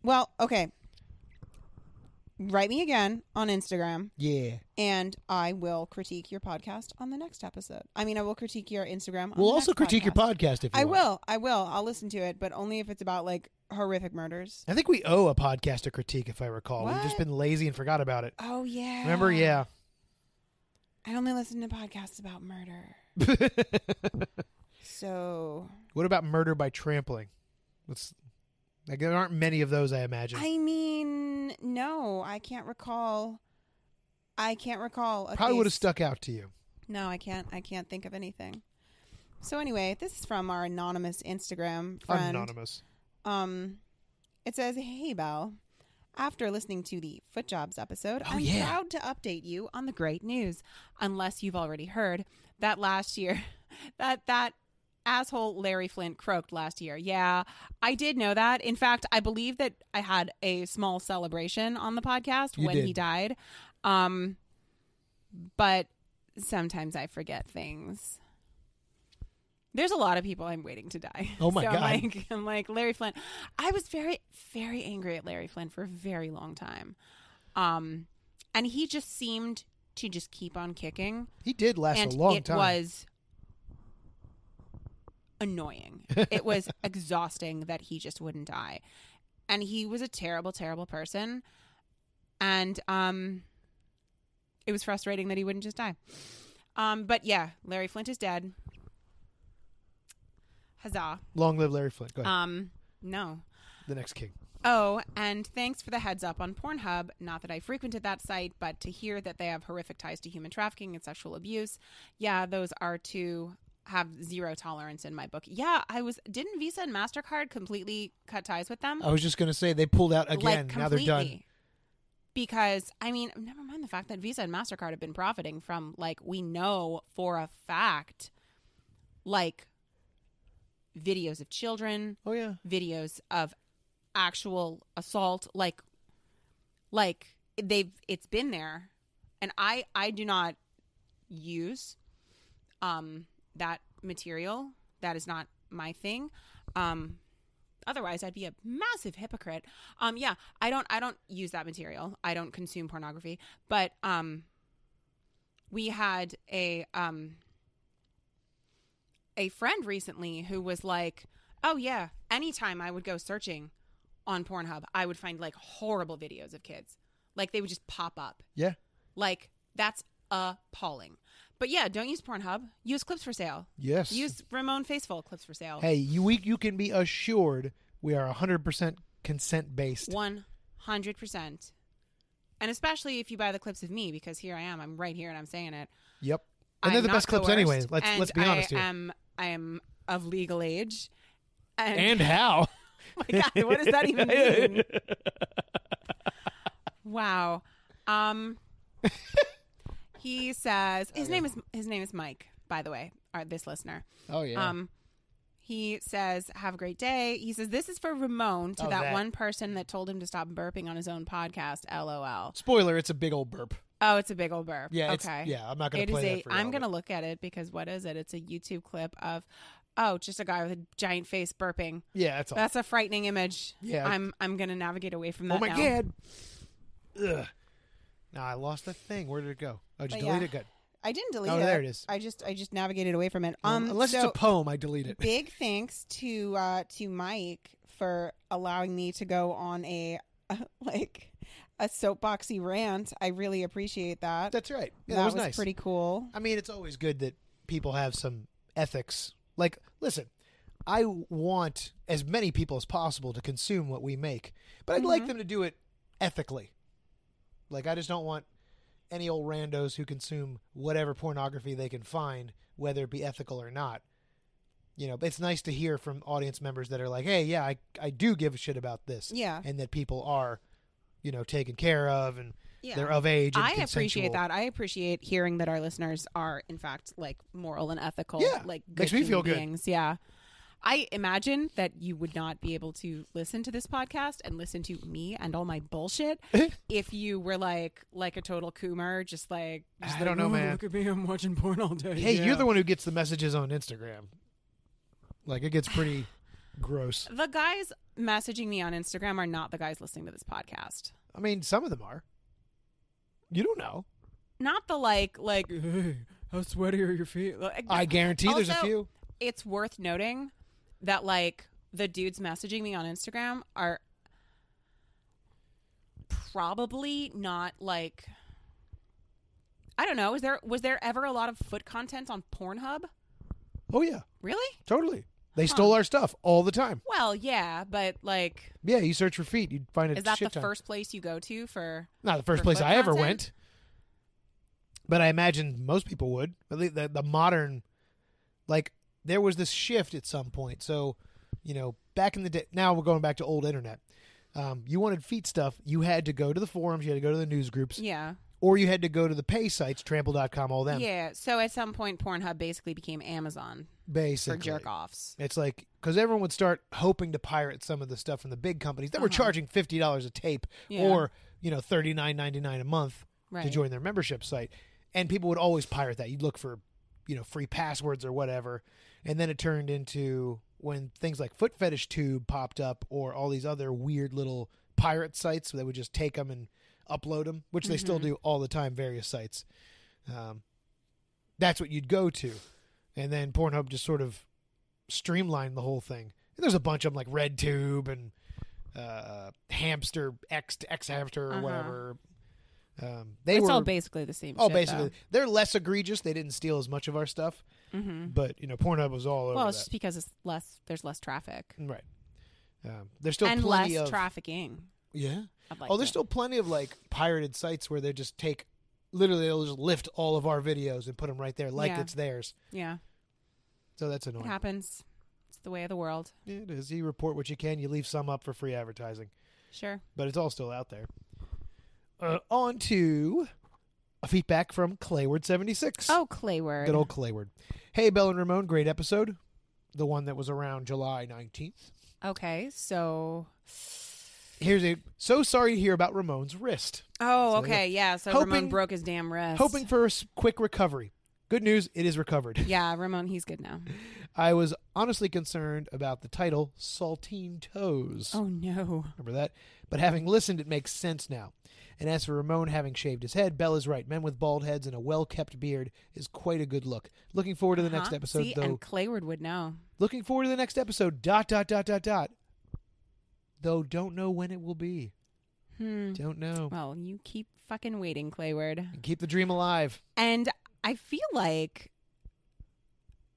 Well, okay. Write me again on Instagram Yeah. and I will critique your podcast on the next episode. I mean, I will critique your Instagram. On We'll the also next critique your podcast if you I want. will. I will. I'll listen to it, but only if it's about like horrific murders. I think we owe a podcast a critique, if I recall. We've just What? been lazy and forgot about it. Oh yeah. Remember? Yeah. I only listen to podcasts about murder. So what about murder by trampling? Let's. Like, there aren't many of those, I imagine. I mean, no, I can't recall. I can't recall. A Probably would have case- stuck out to you. No, I can't. I can't think of anything. So anyway, this is from our anonymous Instagram friend. Anonymous. Um, it says, "Hey Belle, after listening to the Foot Jobs episode, Oh, I'm yeah. proud to update you on the great news. Unless you've already heard that last year, that that." Asshole Larry Flint croaked last year. Yeah, I did know that. In fact, I believe that I had a small celebration on the podcast You when he did. died. Um, but sometimes I forget things. There's a lot of people I'm waiting to die. Oh, my So I'm God. like, I'm like Larry Flint. I was very, very angry at Larry Flint for a very long time, um, and he just seemed to just keep on kicking, He did last and a long it time. was annoying. it was exhausting that he just wouldn't die, and he was a terrible, terrible person, and um, it was frustrating that he wouldn't just die. Um, but yeah, Larry Flint is dead. Huzzah. Long live Larry Flint. Go ahead. Um, no. the next king. Oh, and thanks for the heads up on Pornhub. Not that I frequented that site, but to hear that they have horrific ties to human trafficking and sexual abuse. Yeah, those are two have zero tolerance in my book. Yeah, I was didn't Visa and Mastercard completely cut ties with them? I was just going to say they pulled out Oh, again. now they're done. Because I mean, never mind the fact that Visa and Mastercard have been profiting from like we know for a fact like videos of children Oh yeah. videos of actual assault like like they've it's been there and i i do not use um that material that is not my thing um otherwise i'd be a massive hypocrite um yeah i don't i don't use that material i don't consume pornography but um we had a um a friend recently who was like, "Oh yeah, anytime I would go searching on Pornhub, I would find like horrible videos of kids. Like they would just pop up. Yeah. Like that's appalling." But yeah, don't use Pornhub. Use clips for sale. Yes. Use Ramon Faceful clips for sale. hey, you we, you can be assured we are 100% consent based. One hundred percent. And especially if you buy the clips of me, because here I am. I'm right here and I'm saying it. Yep. And they're I'm the not best clips coerced, anyway. Let's and let's be honest I here. am I am of legal age. and how? my god, what does that even mean? wow. Um he says his name is his name is Mike, by the way, our this uh, listener. Oh yeah. Um He says, "Have a great day." He says, "This is for Ramon to Oh, that, that. one person that told him to stop burping on his own podcast." LOL. Spoiler: It's a big old burp. Oh, it's a big old burp. Yeah. Okay. It's, yeah. I'm not gonna It is play a. that for I'm y'all, gonna look at it because what is it? It's a YouTube clip of, oh, just a guy with a giant face burping. but- Yeah. That's all. That's a frightening image. Yeah. I'm I'm gonna navigate away from that. oh my now. god. Ugh. Now I lost the thing. Where did it go? Oh, just But delete yeah. it. Good. I didn't delete Oh, it. there it is. I just I just navigated away from it. Um, Um, unless it's so- a poem, I delete it. big thanks to uh to Mike for allowing me to go on a like a soapboxy rant. I really appreciate that. That's right. Yeah, that, that was, nice. pretty cool. I mean, it's always good that people have some ethics. Like, listen, I want as many people as possible to consume what we make, but I'd Mm-hmm. like them to do it ethically. Like, I just don't want any old randos who consume whatever pornography they can find, whether it be ethical or not. You know, but it's nice to hear from audience members that are like, hey, yeah, I, I do give a shit about this. Yeah. And that people are, you know, taken care of and Yeah. they're of age. And I appreciate consensual. that. I appreciate hearing that our listeners are in fact like moral and ethical. Yeah. Like good Makes me human feel good. beings. Yeah. I imagine that you would not be able to listen to this podcast and listen to me and all my bullshit if you were like like a total coomer, just like just I like, don't know, Ah, "Ooh, man." Look at me, I'm watching porn all day. Hey, Yeah. you're the one who gets the messages on Instagram. Like it gets pretty gross. The guys messaging me on Instagram are not the guys listening to this podcast. I mean, some of them are. You don't know. Not the like like Hey, how sweaty are your feet? like- I guarantee there's a Also- few. it's worth noting that like the dudes messaging me on Instagram are probably not like I don't know, is there was there ever a lot of foot content on Pornhub? Oh yeah, Really? totally. They stole our stuff all the time. Well, yeah, but like Yeah, you search for feet, you'd find it. is that the shit ton. first place you go to for Not the first for place foot I ever content? went. But I imagine most people would. At least the, the modern, like there was this shift at some point. So, you know, back in the day, now we're going back to old internet. Um, you wanted feet stuff, you had to go to the forums, you had to go to the news groups, Yeah. or you had to go to the pay sites, trample.com, all them. Yeah. So at some point Pornhub basically became Amazon for basically. jerk offs. It's like because everyone would start hoping to pirate some of the stuff from the big companies that were charging fifty dollars a tape Uh-huh. Yeah. or you know thirty nine ninety nine a month to Right. join their membership site, and people would always pirate that. You'd look for you know free passwords or whatever, and then it turned into when things like Foot Fetish Tube popped up or all these other weird little pirate sites that would just take them and upload them, which they still Mm-hmm. do all the time. Various sites, um, that's what you'd go to, and then Pornhub just sort of streamline the whole thing. And there's a bunch of them like RedTube and uh, Hamster X X Hamster or Uh-huh. whatever. Um, they it's were all basically the same all shit, Oh, basically though. they're less egregious. They didn't steal as much of our stuff, Mhm. but you know Pornhub was all over Well, it's that. just because it's less there's less traffic. Right. Um, there's still and plenty less of trafficking. yeah. I'd like oh, there's to- still plenty of like pirated sites where they just take literally they'll just lift all of our videos and put them right there like Yeah. it's theirs. yeah, So that's annoying. it happens. It's the way of the world. Yeah, it is. You report what you can. You leave some up for free advertising, Sure. but it's all still out there. Uh, on to a feedback from Clayward76. Oh, Clayward. Good old Clayward. Hey, Bell and Ramon, great episode. The one that was around July 19th. Okay, so Here's a so sorry to hear about Ramon's wrist. oh, So, okay, yeah. So Hoping- Ramon broke his damn wrist. Hoping for a s- quick recovery. Good news, it is recovered. Yeah, Ramon, he's good now. I was honestly concerned about the title Saltine Toes. Oh no. Remember that? But having listened, it makes sense now. And as for Ramon having shaved his head, Bell is right. Men with bald heads and a well kept beard is quite a good look. Looking forward to the next Huh? episode, Uh-huh. See, though. and Clayward would know. Looking forward to the next episode. Dot, dot, dot, dot, dot. Though don't know when it will be. Hmm. Don't know. Well, you keep fucking waiting, Clayward. And keep the dream alive. And I feel like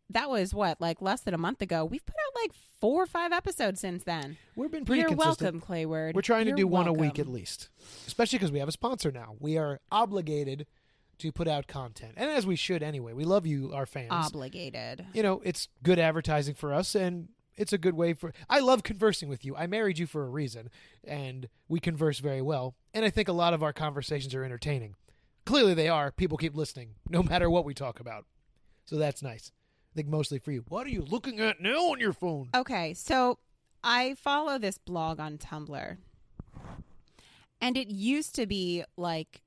that was what, like less than a month ago. We've put out like four or five episodes since then. We've been pretty You're consistent. welcome, Clayward. We're trying to You're do one a week welcome. at least, especially because we have a sponsor now. We are obligated to put out content, and as we should anyway. We love you, our fans. Obligated. you know, it's good advertising for us, and it's a good way for. I love conversing with you. I married you for a reason, and we converse very well. And I think a lot of our conversations are entertaining. Clearly, they are. People keep listening, no matter what we talk about. So that's nice. like mostly for you. What are you looking at now on your phone? Okay, so I follow this blog on Tumblr. And it used to be like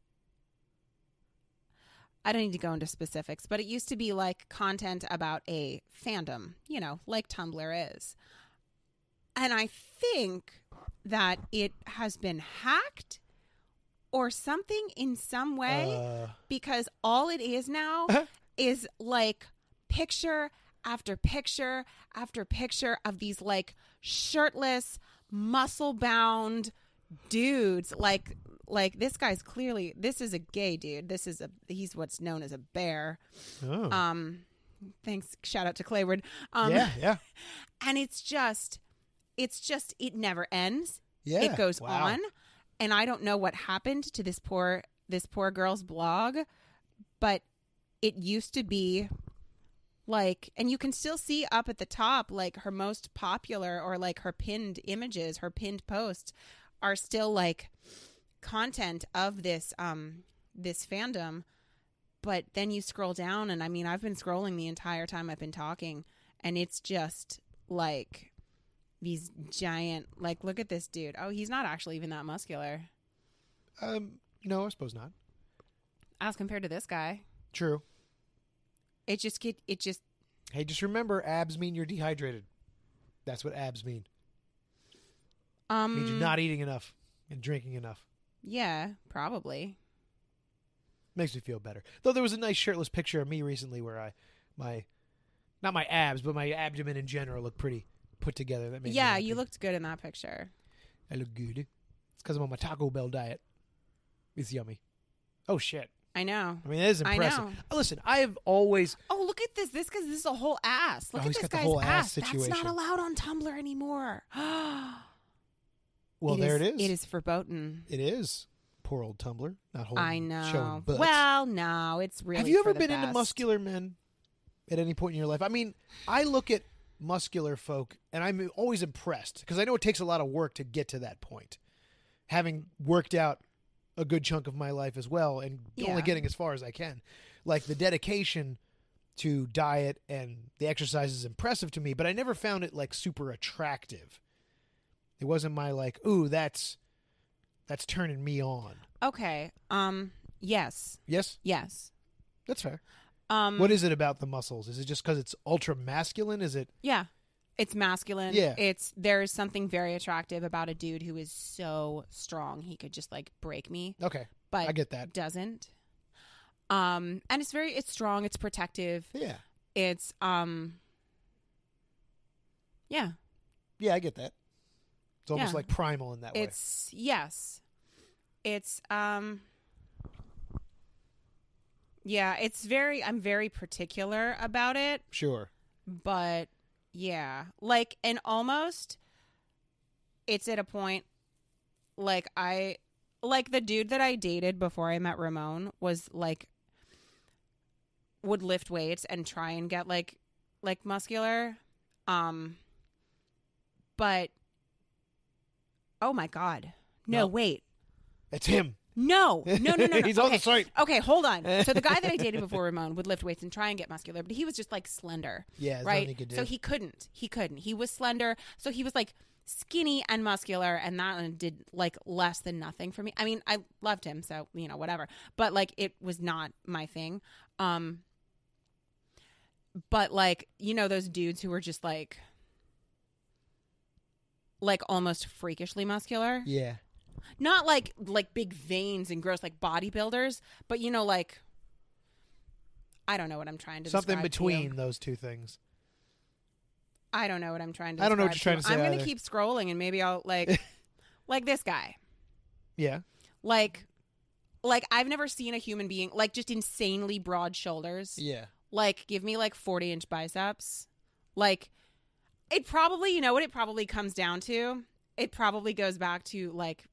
I don't need to go into specifics, but it used to be like content about a fandom, you know, like Tumblr is. And I think that it has been hacked or something in some way Uh, because all it is now is like picture after picture after picture of these like shirtless, muscle bound dudes. Like, like this guy's clearly this is a gay dude. This is a he's what's known as a bear. oh. Um, thanks. Shout out to Clayward. Um, yeah, yeah, and it's just, it's just it never ends yeah. it goes Wow. on and i don't know what happened to this poor this poor girl's blog but it used to be like and you can still see up at the top like her most popular or like her pinned images her pinned posts are still like content of this um this fandom but then you scroll down and i mean i've been scrolling the entire time i've been talking and it's just like these giant like look at this dude oh he's not actually even that muscular Um, no, I suppose not. as compared to this guy True. it just get it just Hey, just remember, abs mean you're dehydrated. That's what abs mean. It means um you're not eating enough and drinking enough. yeah probably Makes me feel better. Though there was a nice shirtless picture of me recently where I, my, not my abs, but my abdomen in general looked pretty put together. That made me yeah happy. you looked good in that picture I look good. It's because I'm on my Taco Bell diet. It's yummy. Oh shit! i know I mean, that is I impressive. know. Uh, Listen, I have always oh look at this this because this is a whole ass look Oh, at he's this got the guy's whole ass ass, that's not situation. allowed on tumblr anymore well, there it is. it is verboten It is. Poor old Tumblr. Not holding. i Showing know butts. well no it's really have you for ever the been into best. muscular men at any point in your life? I mean, I look at muscular folk and I'm always impressed because I know it takes a lot of work to get to that point. Having worked out a good chunk of my life as well and Yeah. only getting as far as I can. Like the dedication to diet and the exercise is impressive to me, but I never found it like super attractive. It wasn't my like, ooh, that's that's turning me on. okay um yes Yes, yes that's fair. um What is it about the muscles? Is it just because it's ultra masculine? Is it Yeah. It's masculine. Yeah. It's there is something very attractive about a dude who is so strong he could just like break me, okay? but I get that. doesn't. Um and it's very it's strong, it's protective. Yeah, It's um Yeah. yeah, I get that. It's almost Yeah. like primal in that way. It's yes. It's um Yeah, it's very I'm very particular about it. Sure. but yeah like and almost it's at a point like i like the dude that i dated before i met ramon was like would lift weights and try and get like like muscular um but oh my god no, No. wait It's him. no no no no, no. He's okay. on the site. okay hold on so the guy that i dated before ramon would lift weights and try and get muscular but he was just like slender Yeah, there's right? nothing he could do. So he couldn't. He couldn't. He was slender. So he was like skinny and muscular, and that did like less than nothing for me. I mean, I loved him, so you know, whatever. But like, it was not my thing. Um, but like, you know, those dudes who were just like, like almost freakishly muscular, yeah, not like like big veins and gross like bodybuilders, but you know, like. I don't know what I'm trying to something describe to you. between those two things. I don't know what I'm trying to. I don't know what describe you're trying to you. say I'm gonna either. keep scrolling and maybe I'll like, like this guy. Yeah, Like, like I've never seen a human being like just insanely broad shoulders. yeah. Like, give me like 40 inch biceps. Like, it probably you know what it probably comes down to. It probably goes back to like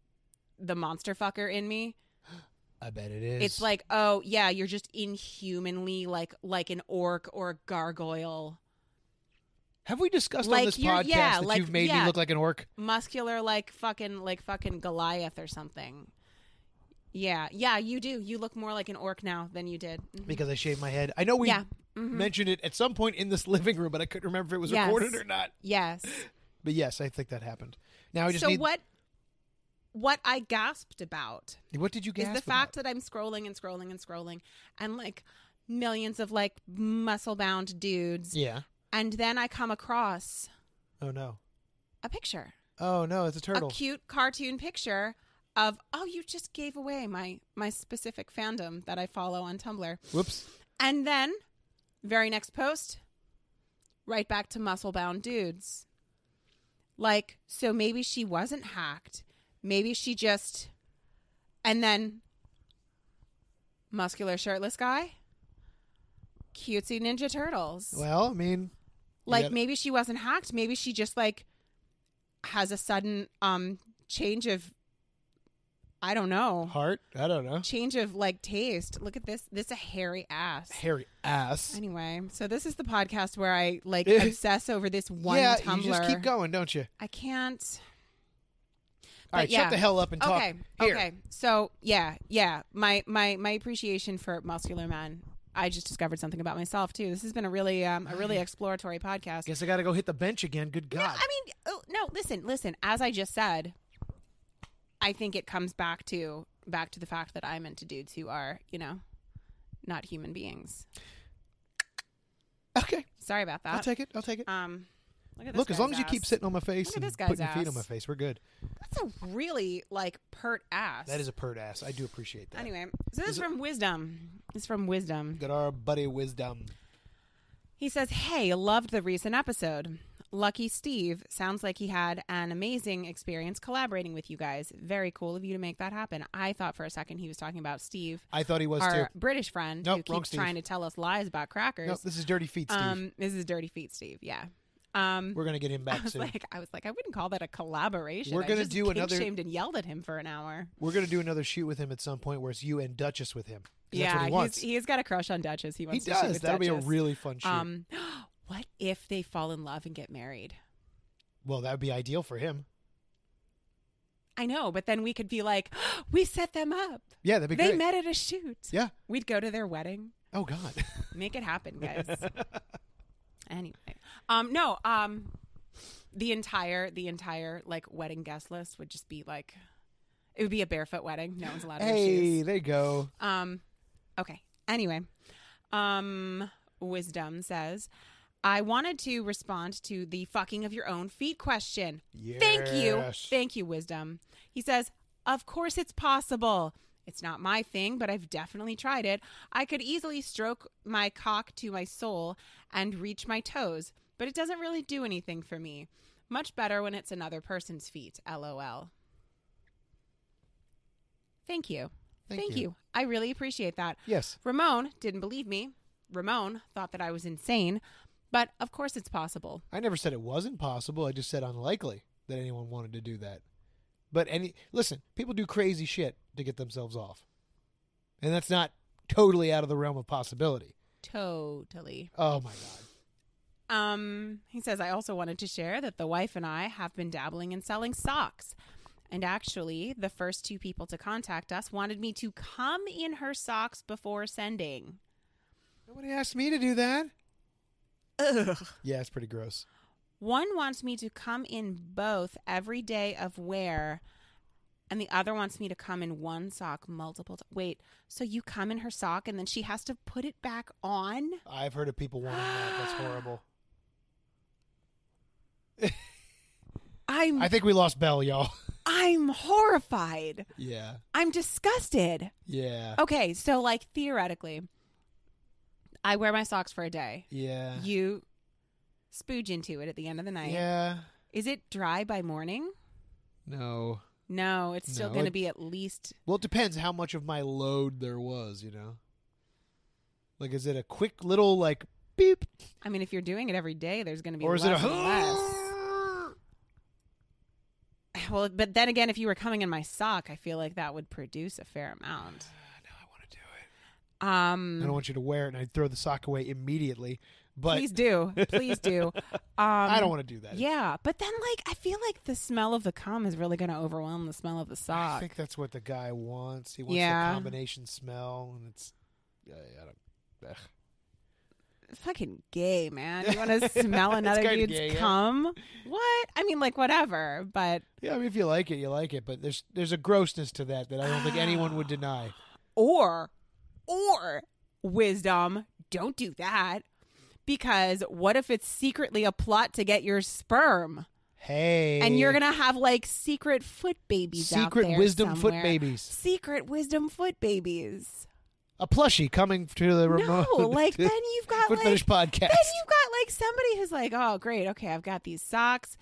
the monster fucker in me. I bet it is. It's like, oh yeah, you're just inhumanly like like an orc or a gargoyle. have we discussed on like this you're- podcast yeah, that like- you've made yeah. me look like an orc? muscular like fucking like fucking Goliath or something. Yeah, yeah, you do. You look more like an orc now than you did. Mhm. Because I shaved my head. I know we yeah, Mm-hmm. mentioned it at some point in this living room, but I couldn't remember if it was Yes. recorded or not. Yes. But yes, I think that happened. Now I just so need. what what I gasped about what did you is gasp the fact that I'm scrolling and scrolling and scrolling and like millions of like muscle bound dudes about? Yeah. and then I come across Oh no. a picture. Oh no, it's a turtle. A cute cartoon picture of oh you just gave away my my specific fandom that I follow on Tumblr. Whoops. And then, very next post, right back to muscle bound dudes. Like, so maybe she wasn't hacked. Maybe she just. And then, muscular shirtless guy, cutesy Ninja Turtles. Well, I mean, like, gotta- maybe she wasn't hacked. Maybe she just, like, has a sudden um change of. I don't know. heart. I don't know. Change of like taste. Look at this. This is a hairy ass. Hairy ass. Anyway, so this is the podcast where I like obsess over this one yeah, Tumblr. you just keep going, don't you? I can't. All right, yeah. shut the hell up and talk. Okay. Here. Okay. So yeah, yeah. My my my appreciation for muscular men. I just discovered something about myself too. This has been a really um a really exploratory podcast. Guess I got to go hit the bench again. Good No, God. I mean, oh, no. Listen, listen. As I just said, I think it comes back to back to the fact that I'm into dudes who are you know not human beings. okay, Sorry about that. I'll take it. I'll take it. um. Look, at uh, this Look, as long guy's as you keep ass. sitting on my face Look at and this putting guy's your feet on ass. my face, we're good. That's a really like pert ass. That is a pert ass. I do appreciate that. Anyway, so this is from Wisdom. This is from Wisdom. Got our buddy wisdom. He says, "Hey, loved the recent episode. Lucky Steve sounds like he had an amazing experience collaborating with you guys. Very cool of you to make that happen. I thought for a second he was talking about Steve, I thought he was our too. British friend Nope, who wrong keeps Steve. trying to tell us lies about crackers. No, this is dirty feet, Steve. um, this is Dirty Feet, Steve. Yeah." Um, we're gonna get him I back was soon. like, I was like, I wouldn't call that a collaboration. We're I gonna just do kink another- shamed and yelled at him for an hour. We're gonna do another shoot with him at some point where it's you and Duchess with him. 'Cause that's what he he's, wants. he's got a crush on Duchess. He He wants to shoot does. with That'll be Duchess. a really fun shoot. Um, what if they fall in love and get married? well, that would be ideal for him. I know, but then we could be like, we set them up. Yeah, that'd be They great. met at a shoot. Yeah. We'd go to their wedding. Oh God. Make it happen, guys. anyway, um, no, um, the entire the entire like wedding guest list would just be like, it would be a barefoot wedding. No one's allowed to wear shoes. hey, there you go. Um, okay. Anyway, um, wisdom says, I wanted to respond to the fucking of your own feet question. Thank you, Yes. thank you, wisdom. He says, of course it's possible. It's not my thing, but I've definitely tried it. I could easily stroke my cock to my soul and reach my toes, but it doesn't really do anything for me. Much better when it's another person's feet. LOL. Thank you. Thank Thank, you. you. I really appreciate that. Yes. Ramon didn't believe me. Ramon thought that I was insane, but of course it's possible. I never said it wasn't possible. I just said unlikely that anyone wanted to do that. But any listen, people do crazy shit to get themselves off, and that's not totally out of the realm of possibility. Totally. Oh my god. Um, he says, I also wanted to share that the wife and I have been dabbling in selling socks. And actually, the first two people to contact us wanted me to come in her socks before sending. Nobody asked me to do that. Ugh. Yeah, it's pretty gross. One wants me to come in both every day of wear, and the other wants me to come in one sock multiple times. Wait, so you come in her sock and then she has to put it back on? I've heard of people wanting that. That's horrible. I'm I think we lost Bell, y'all. I'm horrified. Yeah. I'm disgusted. Yeah. Okay, so like theoretically, I wear my socks for a day. Yeah. You spooge into it at the end of the night. Yeah. Is it dry by morning? No. No, it's still No, going it- to be at least Well, it depends how much of my load there was, you know? Like, is it a quick little, like, beep? I mean, if you're doing it every day, there's going to be Or less is it a. and less. Well, but then again, if you were coming in my sock, I feel like that would produce a fair amount. I don't Um, want you to wear it, and I'd throw the sock away immediately. But please do, please do. Um, I don't want to do that. Yeah, but then like I feel like the smell of the cum is really going to overwhelm the smell of the I sock. think that's what the guy wants. He wants Yeah. the combination smell, and it's. I I don't. Ugh. fucking gay, man. You want to smell It's another kinda dude's gay, yeah. cum? What? I mean, like whatever, but Yeah, I mean, if you like it, you like it, but there's there's a grossness to that that I don't think anyone would deny. or or wisdom, don't do that. Because what if it's secretly a plot to get your sperm? Hey, And you're gonna have like secret foot babies. out Eh. secret there wisdom foot somewhere. babies, Secret wisdom foot babies. a plushie coming to the remote. No, like then you've got foot like fetish podcast. then you've got like somebody who's like, oh great, okay, I've got these socks,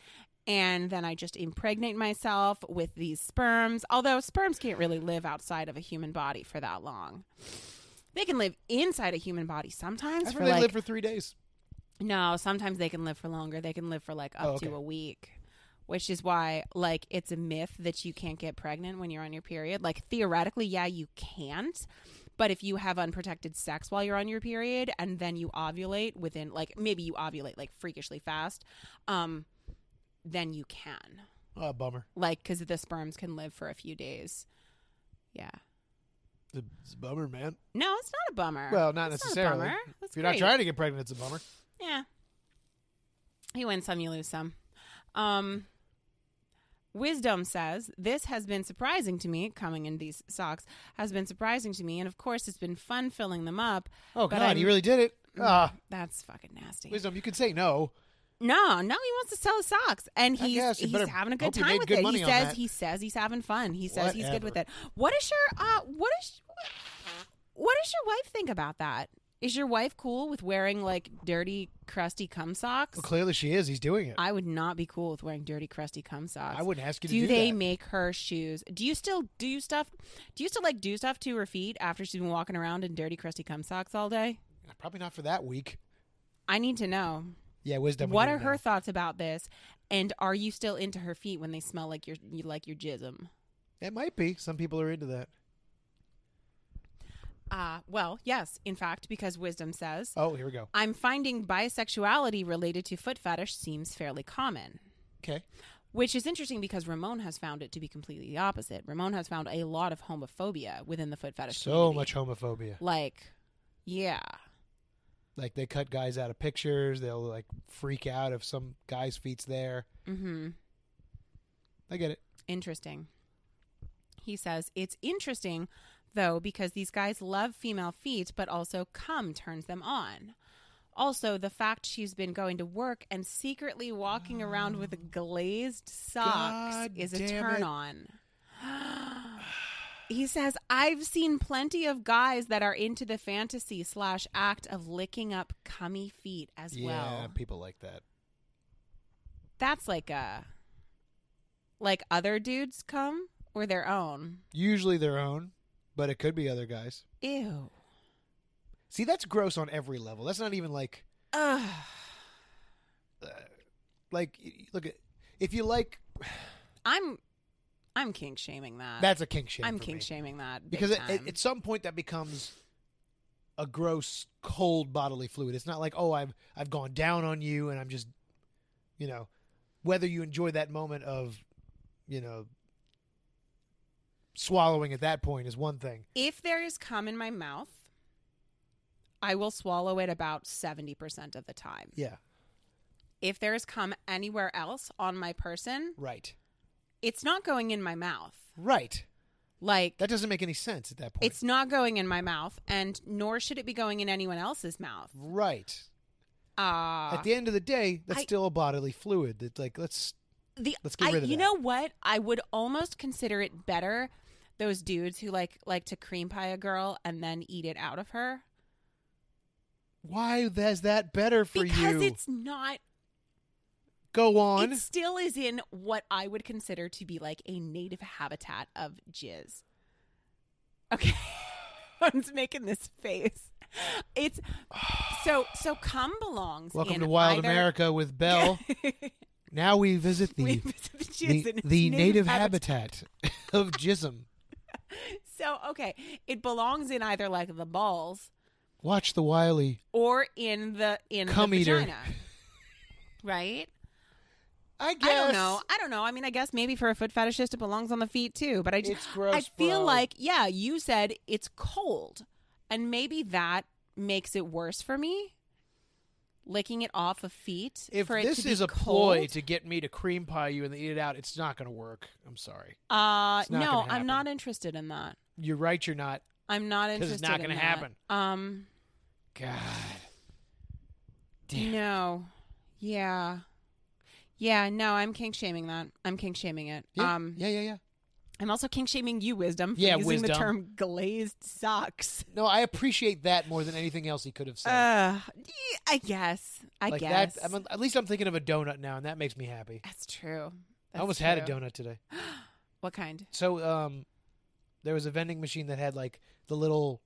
and then I just impregnate myself with these sperms. Although sperms can't really live outside of a human body for that long. They can live inside a human body sometimes That's for where they like live for three days. no, sometimes they can live for longer. They can live for like up Oh, okay. to a week, which is why like it's a myth that you can't get pregnant when you're on your period. Like theoretically, yeah, you can't. But if you have unprotected sex while you're on your period and then you ovulate within like maybe you ovulate like freakishly fast, um then you can. Oh, bummer. Like cuz the sperms can live for a few days. Yeah. It's a bummer, man. No, it's not a bummer. Well, not It's necessarily. a bummer. That's If you're great. not trying to get pregnant, it's a bummer. Yeah. You win some, you lose some. Um, Wisdom says, This has been surprising to me, coming in these socks, has been surprising to me. And of course, it's been fun filling them up. Oh But God, I'm- Mm. you really did it. Ah, That's fucking nasty. wisdom. You could say no. No, no, he wants to sell his socks, and I he's guess you he's better having a good hope you time made with good it. money He on says that. he says he's having fun. He says he's good with it. Whatever. What is your uh? What is what does your wife think about that? Is your wife cool with wearing like dirty, crusty cum socks? Well, clearly she is. He's doing it. I, I would not be cool with wearing dirty, crusty cum socks. wouldn't ask you do to do they that. make her shoes? Do you still do stuff? Do you still like do stuff to her feet after she's been walking around in dirty, crusty cum socks all day? Probably not for that week. I need to know. Yeah, wisdom. we what need are to her know. thoughts about this? And are you still into her feet when they smell like your you like your jism? It might be. Some people are into that. Uh, well, yes, in fact, because wisdom says Oh, here we go. I'm finding bisexuality related to foot fetish seems fairly common. Okay. Which is interesting because Ramon has found it to be completely the opposite. Ramon has found a lot of homophobia within the foot fetish So community. much homophobia. Like, yeah. Like they cut guys out of pictures. They'll like freak out if some guy's feet's there. Mm-hmm. I get it. Interesting. He says, It's interesting, though, because these guys love female feet, but also cum turns them on. Also, the fact she's been going to work and secretly walking around with glazed socks Oh. God is a damn turn it. on. he says, I've seen plenty of guys that are into the fantasy slash act of licking up cummy feet as Yeah, well people like that. that's like a like other dudes come or their own. Usually their own, but it could be other guys. Ew. See, that's gross on every level. That's not even like Ugh. like y- y- look at if you like I'm I'm kink shaming that. that's a kink shame. I'm for kink me. shaming that big because it, it, time. at some point that becomes a gross cold bodily fluid. It's not like oh I've I've gone down on you and I'm just you know whether you enjoy that moment of you know swallowing at that point is one thing. if there is cum in my mouth, I will swallow it about 70% of the time. Yeah, If there is cum anywhere else on my person, right, it's not going in my mouth. right. Like That doesn't make any sense at that point. it's not going in my mouth and nor should it be going in anyone else's mouth. right. Ah. at the end of the day, that's I- still a bodily fluid. That like let's the Let's get I, rid of you that. know what i would almost consider it better those dudes who like like to cream pie a girl and then eat it out of her why is that better for because you? it's not Go on. it still is in what i would consider to be like a native habitat of jizz okay one's making this face it's so so cum belongs Welcome in to Wild either- America with Bell. now we visit the We visit the jizz the, in its the native habitat. habitat of jism. so okay it belongs in either like the balls Watch the wily. or in the in Cum the eater. vagina. Right? I guess I don't know. I don't know. I mean, I guess maybe for a foot fetishist, it belongs on the feet too. But I just, It's gross, I feel bro. like, yeah, you said it's cold, and maybe that makes it worse for me. licking it off of feet If for it this to is be a ploy cold? to get me to cream pie you and then eat it out, it's not going to work. I'm sorry. uh, It's not no, gonna I'm happen. not interested in that. You're right. You're not. I'm not 'Cause interested. it's not in gonna that. happen. Um, God. Damn. no, yeah, yeah, no. I'm kink shaming that. I'm kink shaming it. Yeah. Um, yeah. Yeah. Yeah. I'm also kink shaming you, wisdom. For Yeah, using the Wisdom. term glazed socks. No, I appreciate that more than anything else he could have said. Uh, yeah, I guess. I like guess that. I mean, at least I'm thinking of a donut now, and that makes me happy. that's true. I That's almost had a true. donut today. What kind? So, um, there was a vending machine that had like the little,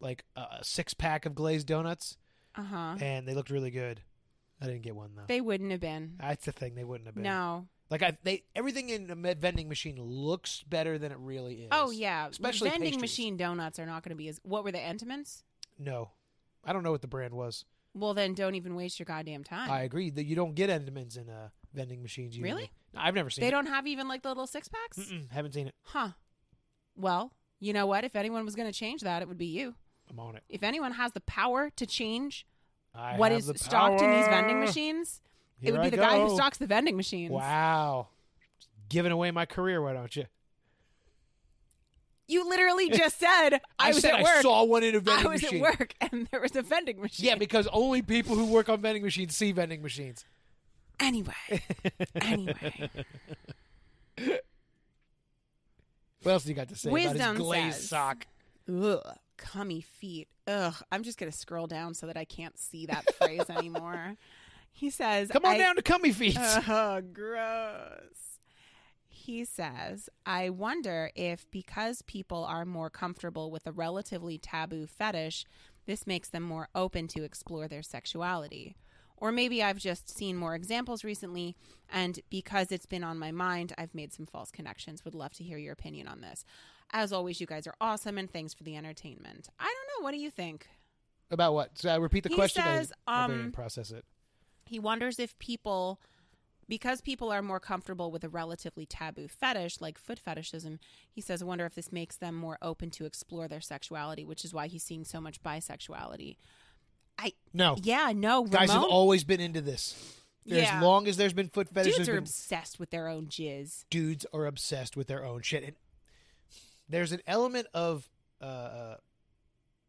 like uh, six pack of glazed donuts, Uh huh. and they looked really good. I didn't get one though. They wouldn't have been. That's the thing; they wouldn't have been. No. Like I, they everything in a med- vending machine looks better than it really is. Oh yeah. Especially vending pastries. machine donuts are not going to be as. What were the Entenmann's? No, I don't know what the brand was. Well, then don't even waste your goddamn time. I agree that you don't get Endermans in uh, vending machines. Usually. Really? I've never seen. they it. don't have even like the little six packs. Mm-mm, haven't seen it. Huh. Well, you know what? If anyone was going to change that, it would be you. I'm on it. If anyone has the power to change I what have is the stocked in these vending power. machines, Here it would be I the guy who go. stocks the vending machines. Wow, giving away my career. Why don't you? You literally just said I, was said at I work. saw one in a I vending was machine. at work and there was a vending machine. Yeah, because only people who work on vending machines see vending machines. Anyway. anyway. What else do you got to say about Wisdom his glazed says- sock? Ugh, cummy feet. Ugh, I'm just gonna scroll down so that I can't see that phrase anymore. He says, Come on I- Uh, down to Cummy Feet. Ugh, Oh, gross. He says, I wonder if because people are more comfortable with a relatively taboo fetish, this makes them more open to explore their sexuality. Or maybe I've just seen more examples recently, and because it's been on my mind, I've made some false connections. Would love to hear your opinion on this. As always, you guys are awesome, and thanks for the entertainment. I don't know. What do you think? About what? So I repeat the He question. says, I, I didn't um, process it. He wonders if people, because people are more comfortable with a relatively taboo fetish like foot fetishism, he says, I wonder if this makes them more open to explore their sexuality, which is why he's seeing so much bisexuality. No, Yeah, no, Oh. guys have Ramon- always been into this. For Yeah. As long as there's been foot fetishes, dudes are been- obsessed with their own jizz. dudes are obsessed with their own shit. And there's an element of uh,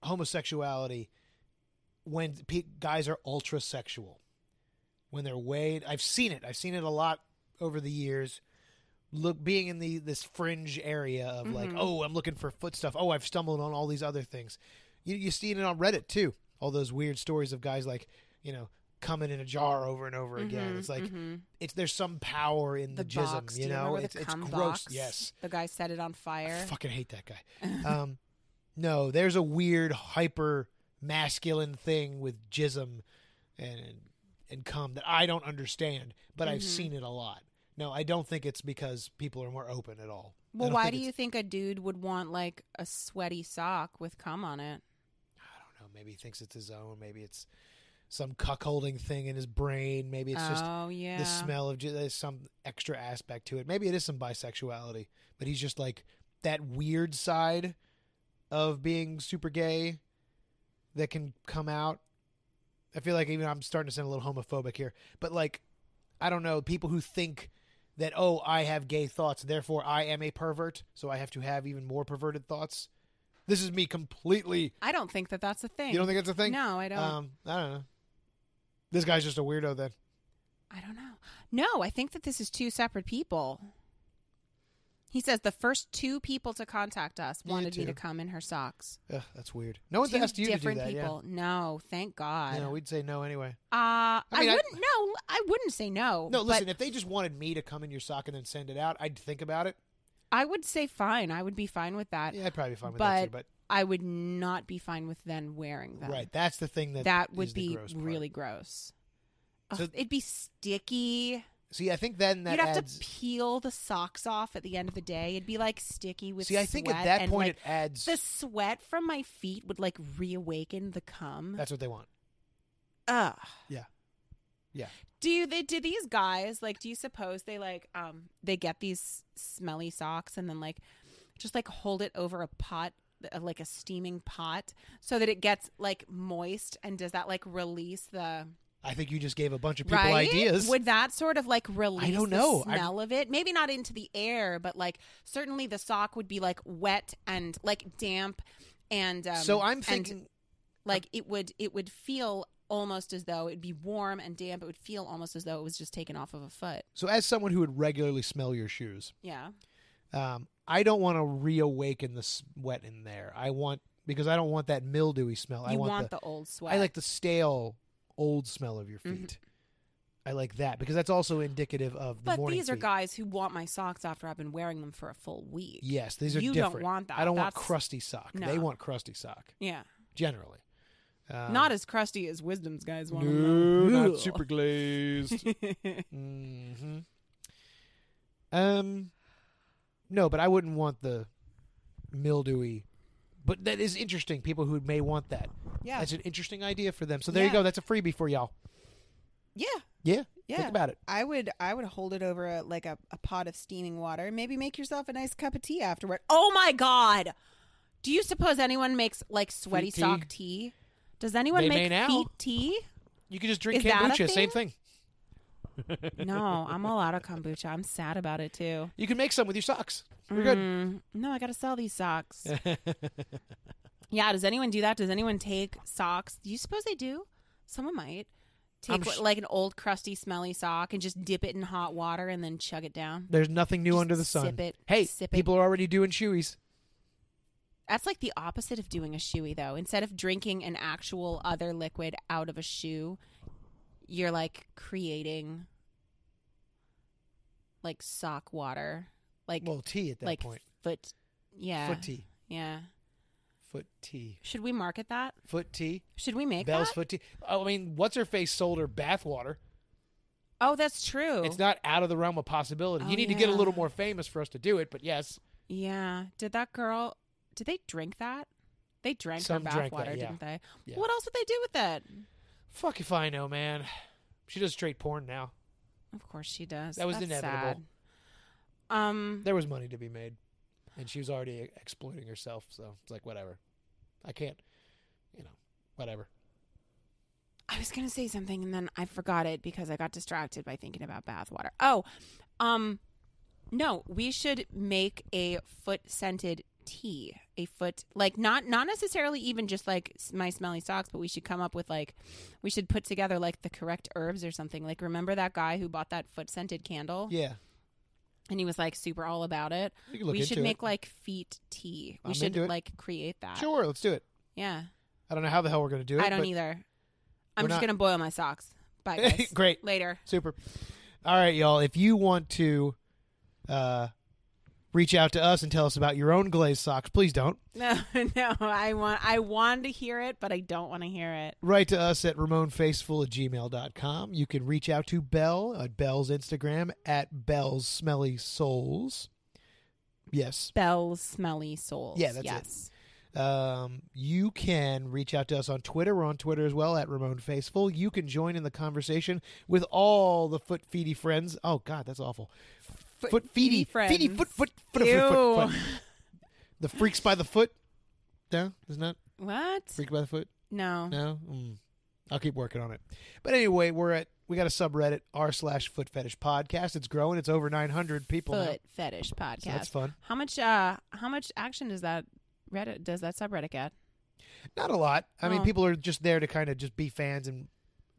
homosexuality when pe- guys are ultra sexual. When they're way, I've seen it. I've seen it a lot over the years. Look, being in the this fringe area of like, oh, I'm looking for foot stuff. Oh, I've stumbled on all these other things. You you see it on Reddit too. All those weird stories of guys like, you know, coming in a jar over and over again. Mm-hmm. It's like it's there's some power in the, The, jism, box, do you you know. remember It's the it's cum gross. box? Yes, the guy set it on I fire. fucking hate that guy. Um, no, there's a weird hyper masculine thing with jism and and cum that I don't understand, but I've Mm-hmm. seen it a lot. No, I don't think it's because people are more open at all. I Well, don't why think do it's- you think a dude would want like a sweaty sock with cum on it? I don't know. Maybe he thinks it's his own. Maybe it's some cuckolding thing in his brain. Maybe it's just oh yeah, the smell of ju- there's some extra aspect to it. Maybe it is some bisexuality, but he's just like that weird side of being super gay that can come out. I feel like even I'm starting to sound a little homophobic here, but like I don't know people who think that oh I have gay thoughts, therefore I am a pervert, so I have to have even more perverted thoughts. This is me completely. I don't think that that's a thing. You don't think it's a thing? No, I don't. Um, I don't know. This guy's just a weirdo then. I don't know. No, I think that this is two separate people. He says the first two people to contact us Yeah, wanted me to two. come in her socks. Ugh, that's weird. No one's two asked you to do different that. Yeah. people. No, thank God. You know, we'd say no anyway. uh, I, mean, I- wouldn't. no, I wouldn't say no. No, but listen, if they just wanted me to come in your sock and then send it out, I'd think about it. I would say fine. I would be fine with that. Yeah, I'd probably be fine with that but, too. But I would not be fine with then wearing them. right, that's the thing that That would is the be gross part. really gross. Ugh, So- it'd be sticky. See, I think then that You'd have adds. to peel the socks off at the end of the day. It'd be like sticky with. see, I think at sweat that and, point like, it adds. The sweat from my feet would like reawaken the cum. That's what they want. Ugh. Yeah. Yeah. Do they do these guys like do you suppose they like um they get these smelly socks and then like just like hold it over a pot uh, like a steaming pot so that it gets like moist and does that like release the I think you just gave a bunch of people right? ideas. Would that sort of like release don't know. the I'm- smell of it? Maybe not into the air, but like certainly the sock would be like wet and like damp and um, so I'm and, thinking like it would it would feel almost as though it'd be warm and damp. It would feel almost as though it was just taken off of a foot. so as someone who would regularly smell your shoes, Yeah. um, I don't want to reawaken the sweat in there. I want because I don't want that mildewy smell. I you want, want the, the, old sweat. I like the stale old smell of your feet. Mhm. I like that because that's also indicative of the but morning these are feet. guys who want my socks after I've been wearing them for a full week. Yes, these are You don't different. want that. I don't want That's- crusty sock. They No. want crusty sock Yeah. generally. Um, not as crusty as Wisdom's guys want. no, them, though. not super glazed. hmm Um, no, but I wouldn't want the mildewy. But that is interesting. People who may want that. Yeah. That's an interesting idea for them. So there you Yeah. go. That's a freebie for y'all. Yeah. Yeah. Think Yeah. about it. I would I would hold it over a, like a, a pot of steaming water. Maybe make yourself a nice cup of tea afterward. Oh my god! Do you suppose anyone makes like sweaty Feet tea? sock tea? Does anyone They may make now. feet tea? You can just drink Is that a kombucha. Same thing? thing. No, I'm all out of kombucha. I'm sad about it too. You can make some with your socks. We're Mm, no, I gotta sell these socks. good. yeah, does anyone do that? Does anyone take socks? Do you suppose they do? Someone might I'm take what sh- like an old crusty, smelly sock and just dip it in hot water and then chug it down. There's nothing new Just under the sun. sip it. hey, Sip it. people are already doing chewies. That's like the opposite of doing a shoey, though. Instead of drinking an actual other liquid out of a shoe, you're like creating like sock water, like Well, tea at that like point. foot. Yeah, Foot tea. Yeah. Foot tea. Should we market that? Foot tea. Should we make Bell's that? foot tea. Oh, I mean, what's her face sold her bathwater. oh, that's true. It's not out of the realm of possibility. Oh, you need to get a yeah. little more famous for us to do it, but yes, yeah. Did that girl? Did they drink that? They drank Some her drank that, yeah. bathwater, didn't they? Yeah. What else would they do with it? fuck if I know, man. She does straight porn now. Of course she does. That was That's inevitable. sad. Um. There was money to be made, and she was already exploiting herself. So it's like whatever. I can't, you know, whatever. I was gonna say something and then I forgot it because I got distracted by thinking about bathwater. Oh, um, no, we should make a foot scented tea, a foot like not not necessarily even just like s- my smelly socks, but we should come up with like we should put together like the correct herbs or something. Like remember that guy who bought that foot scented candle Yeah, and he was like super all about it. we can look we into should it. make like feet tea. We I'm should into it. like create that. sure, let's do it. Yeah, I don't know how the hell we're gonna do it. I don't but either. we're I'm just not- gonna boil my socks. Bye guys. Great. Later. Super. All right, y'all. If you want to uh, reach out to us and tell us about your own glazed socks, please don't. No, no, I want I want to hear it, but I don't want to hear it. write to us at ramonfaceful at gmail.com. You can reach out to Belle at Belle's Instagram at Belle's Smelly Souls. Yes. Bell's smelly souls. Yeah, that's it. yes. Um, you can reach out to us on Twitter. We're on Twitter as well at Ramon Faceful. You can join in the conversation with all the foot feety friends. Oh God, that's awful. Foot, feety feety friends. Feety foot foot foot foot, foot foot. The freaks by the foot. No, isn't that What? freak by the foot? No. No, Mm. I'll keep working on it. But anyway, we're at we got a subreddit r slash foot fetish podcast. It's growing. It's over nine hundred people. now. Foot fetish podcast. So that's fun. How much? Uh, how much action does that Reddit does that subreddit get? Not a lot. I mean, Oh. people are just there to kind of just be fans and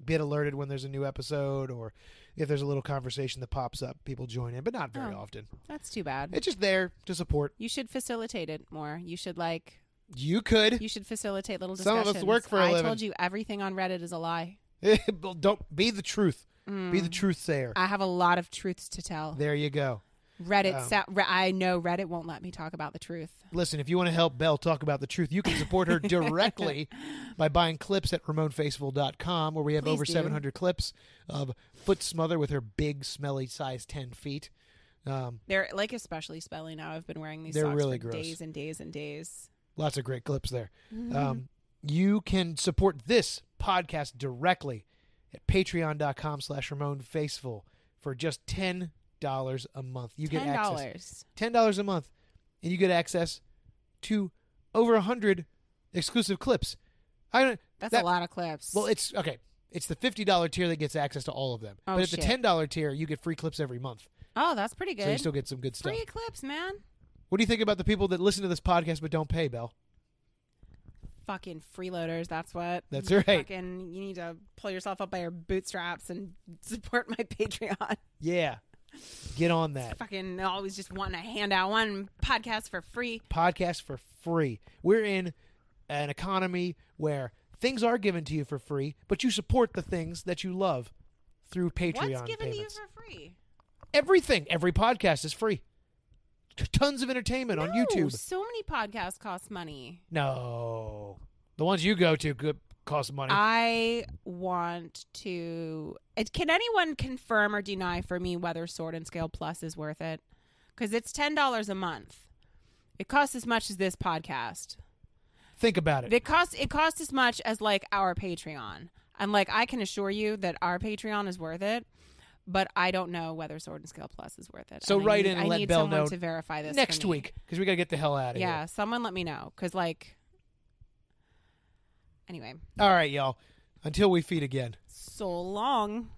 get alerted when there's a new episode or if there's a little conversation that pops up. People join in, but not very Oh. often. That's too bad. It's just there to support. you should facilitate it more. You should like. You could. You should facilitate little Some discussions. of us work for a I living. told you everything on Reddit is a lie. Mm. Don't be the truth. Be the truth sayer. I have a lot of truths to tell. There you go. Reddit. Um, sa- Re- I know Reddit won't let me talk about the truth. Listen, if you want to help Belle talk about the truth, you can support her directly by buying clips at RamoneFaceful.com, where we have Please over do. 700 clips of Foot Smother with her big, smelly size 10 feet. Um, They're like especially smelly now. I've been wearing these They're socks really for gross. days and days and days. lots of great clips there. Um, Mm-hmm. you can support this podcast directly at patreon.com slash RamoneFaceful for just $10 a month. You get Ten access dollars. $10 a month, and you get access to over 100 exclusive clips. I don't That's that- a lot of clips. Well, it's okay. It's the $50 tier that gets access to all of them. Oh, but at shit. the $10 tier, you get free clips every month. oh, that's pretty good. So you still get some good stuff. Free clips, man. What do you think about the people that listen to this podcast but don't pay, Bell? Fucking freeloaders. That's what. That's right. Fucking, you need to pull yourself up by your bootstraps and support my Patreon. Yeah. Get on that. Fucking always just want to hand out one podcast for free. Podcast for free. We're in an economy where things are given to you for free, but you support the things that you love through Patreon What's given payments. to you for free? Everything, every podcast is free. T- tons of entertainment on No, YouTube. So many podcasts cost money. No. The ones you go to could cost money. Uh, I want to. It, can anyone confirm or deny for me whether Sword and Scale Plus is worth it? Because it's ten dollars a month. It costs as much as this podcast. Think about it. It costs it costs as much as like our Patreon. And like I can assure you that our Patreon is worth it, but I don't know whether Sword and Scale Plus is worth it. So And I write need- in and I let need Belle someone know to verify this for Next me. week, because we got to get the hell out of Yeah, here. someone let me know because like. Anyway, All right, y'all. Until we feed again. so long.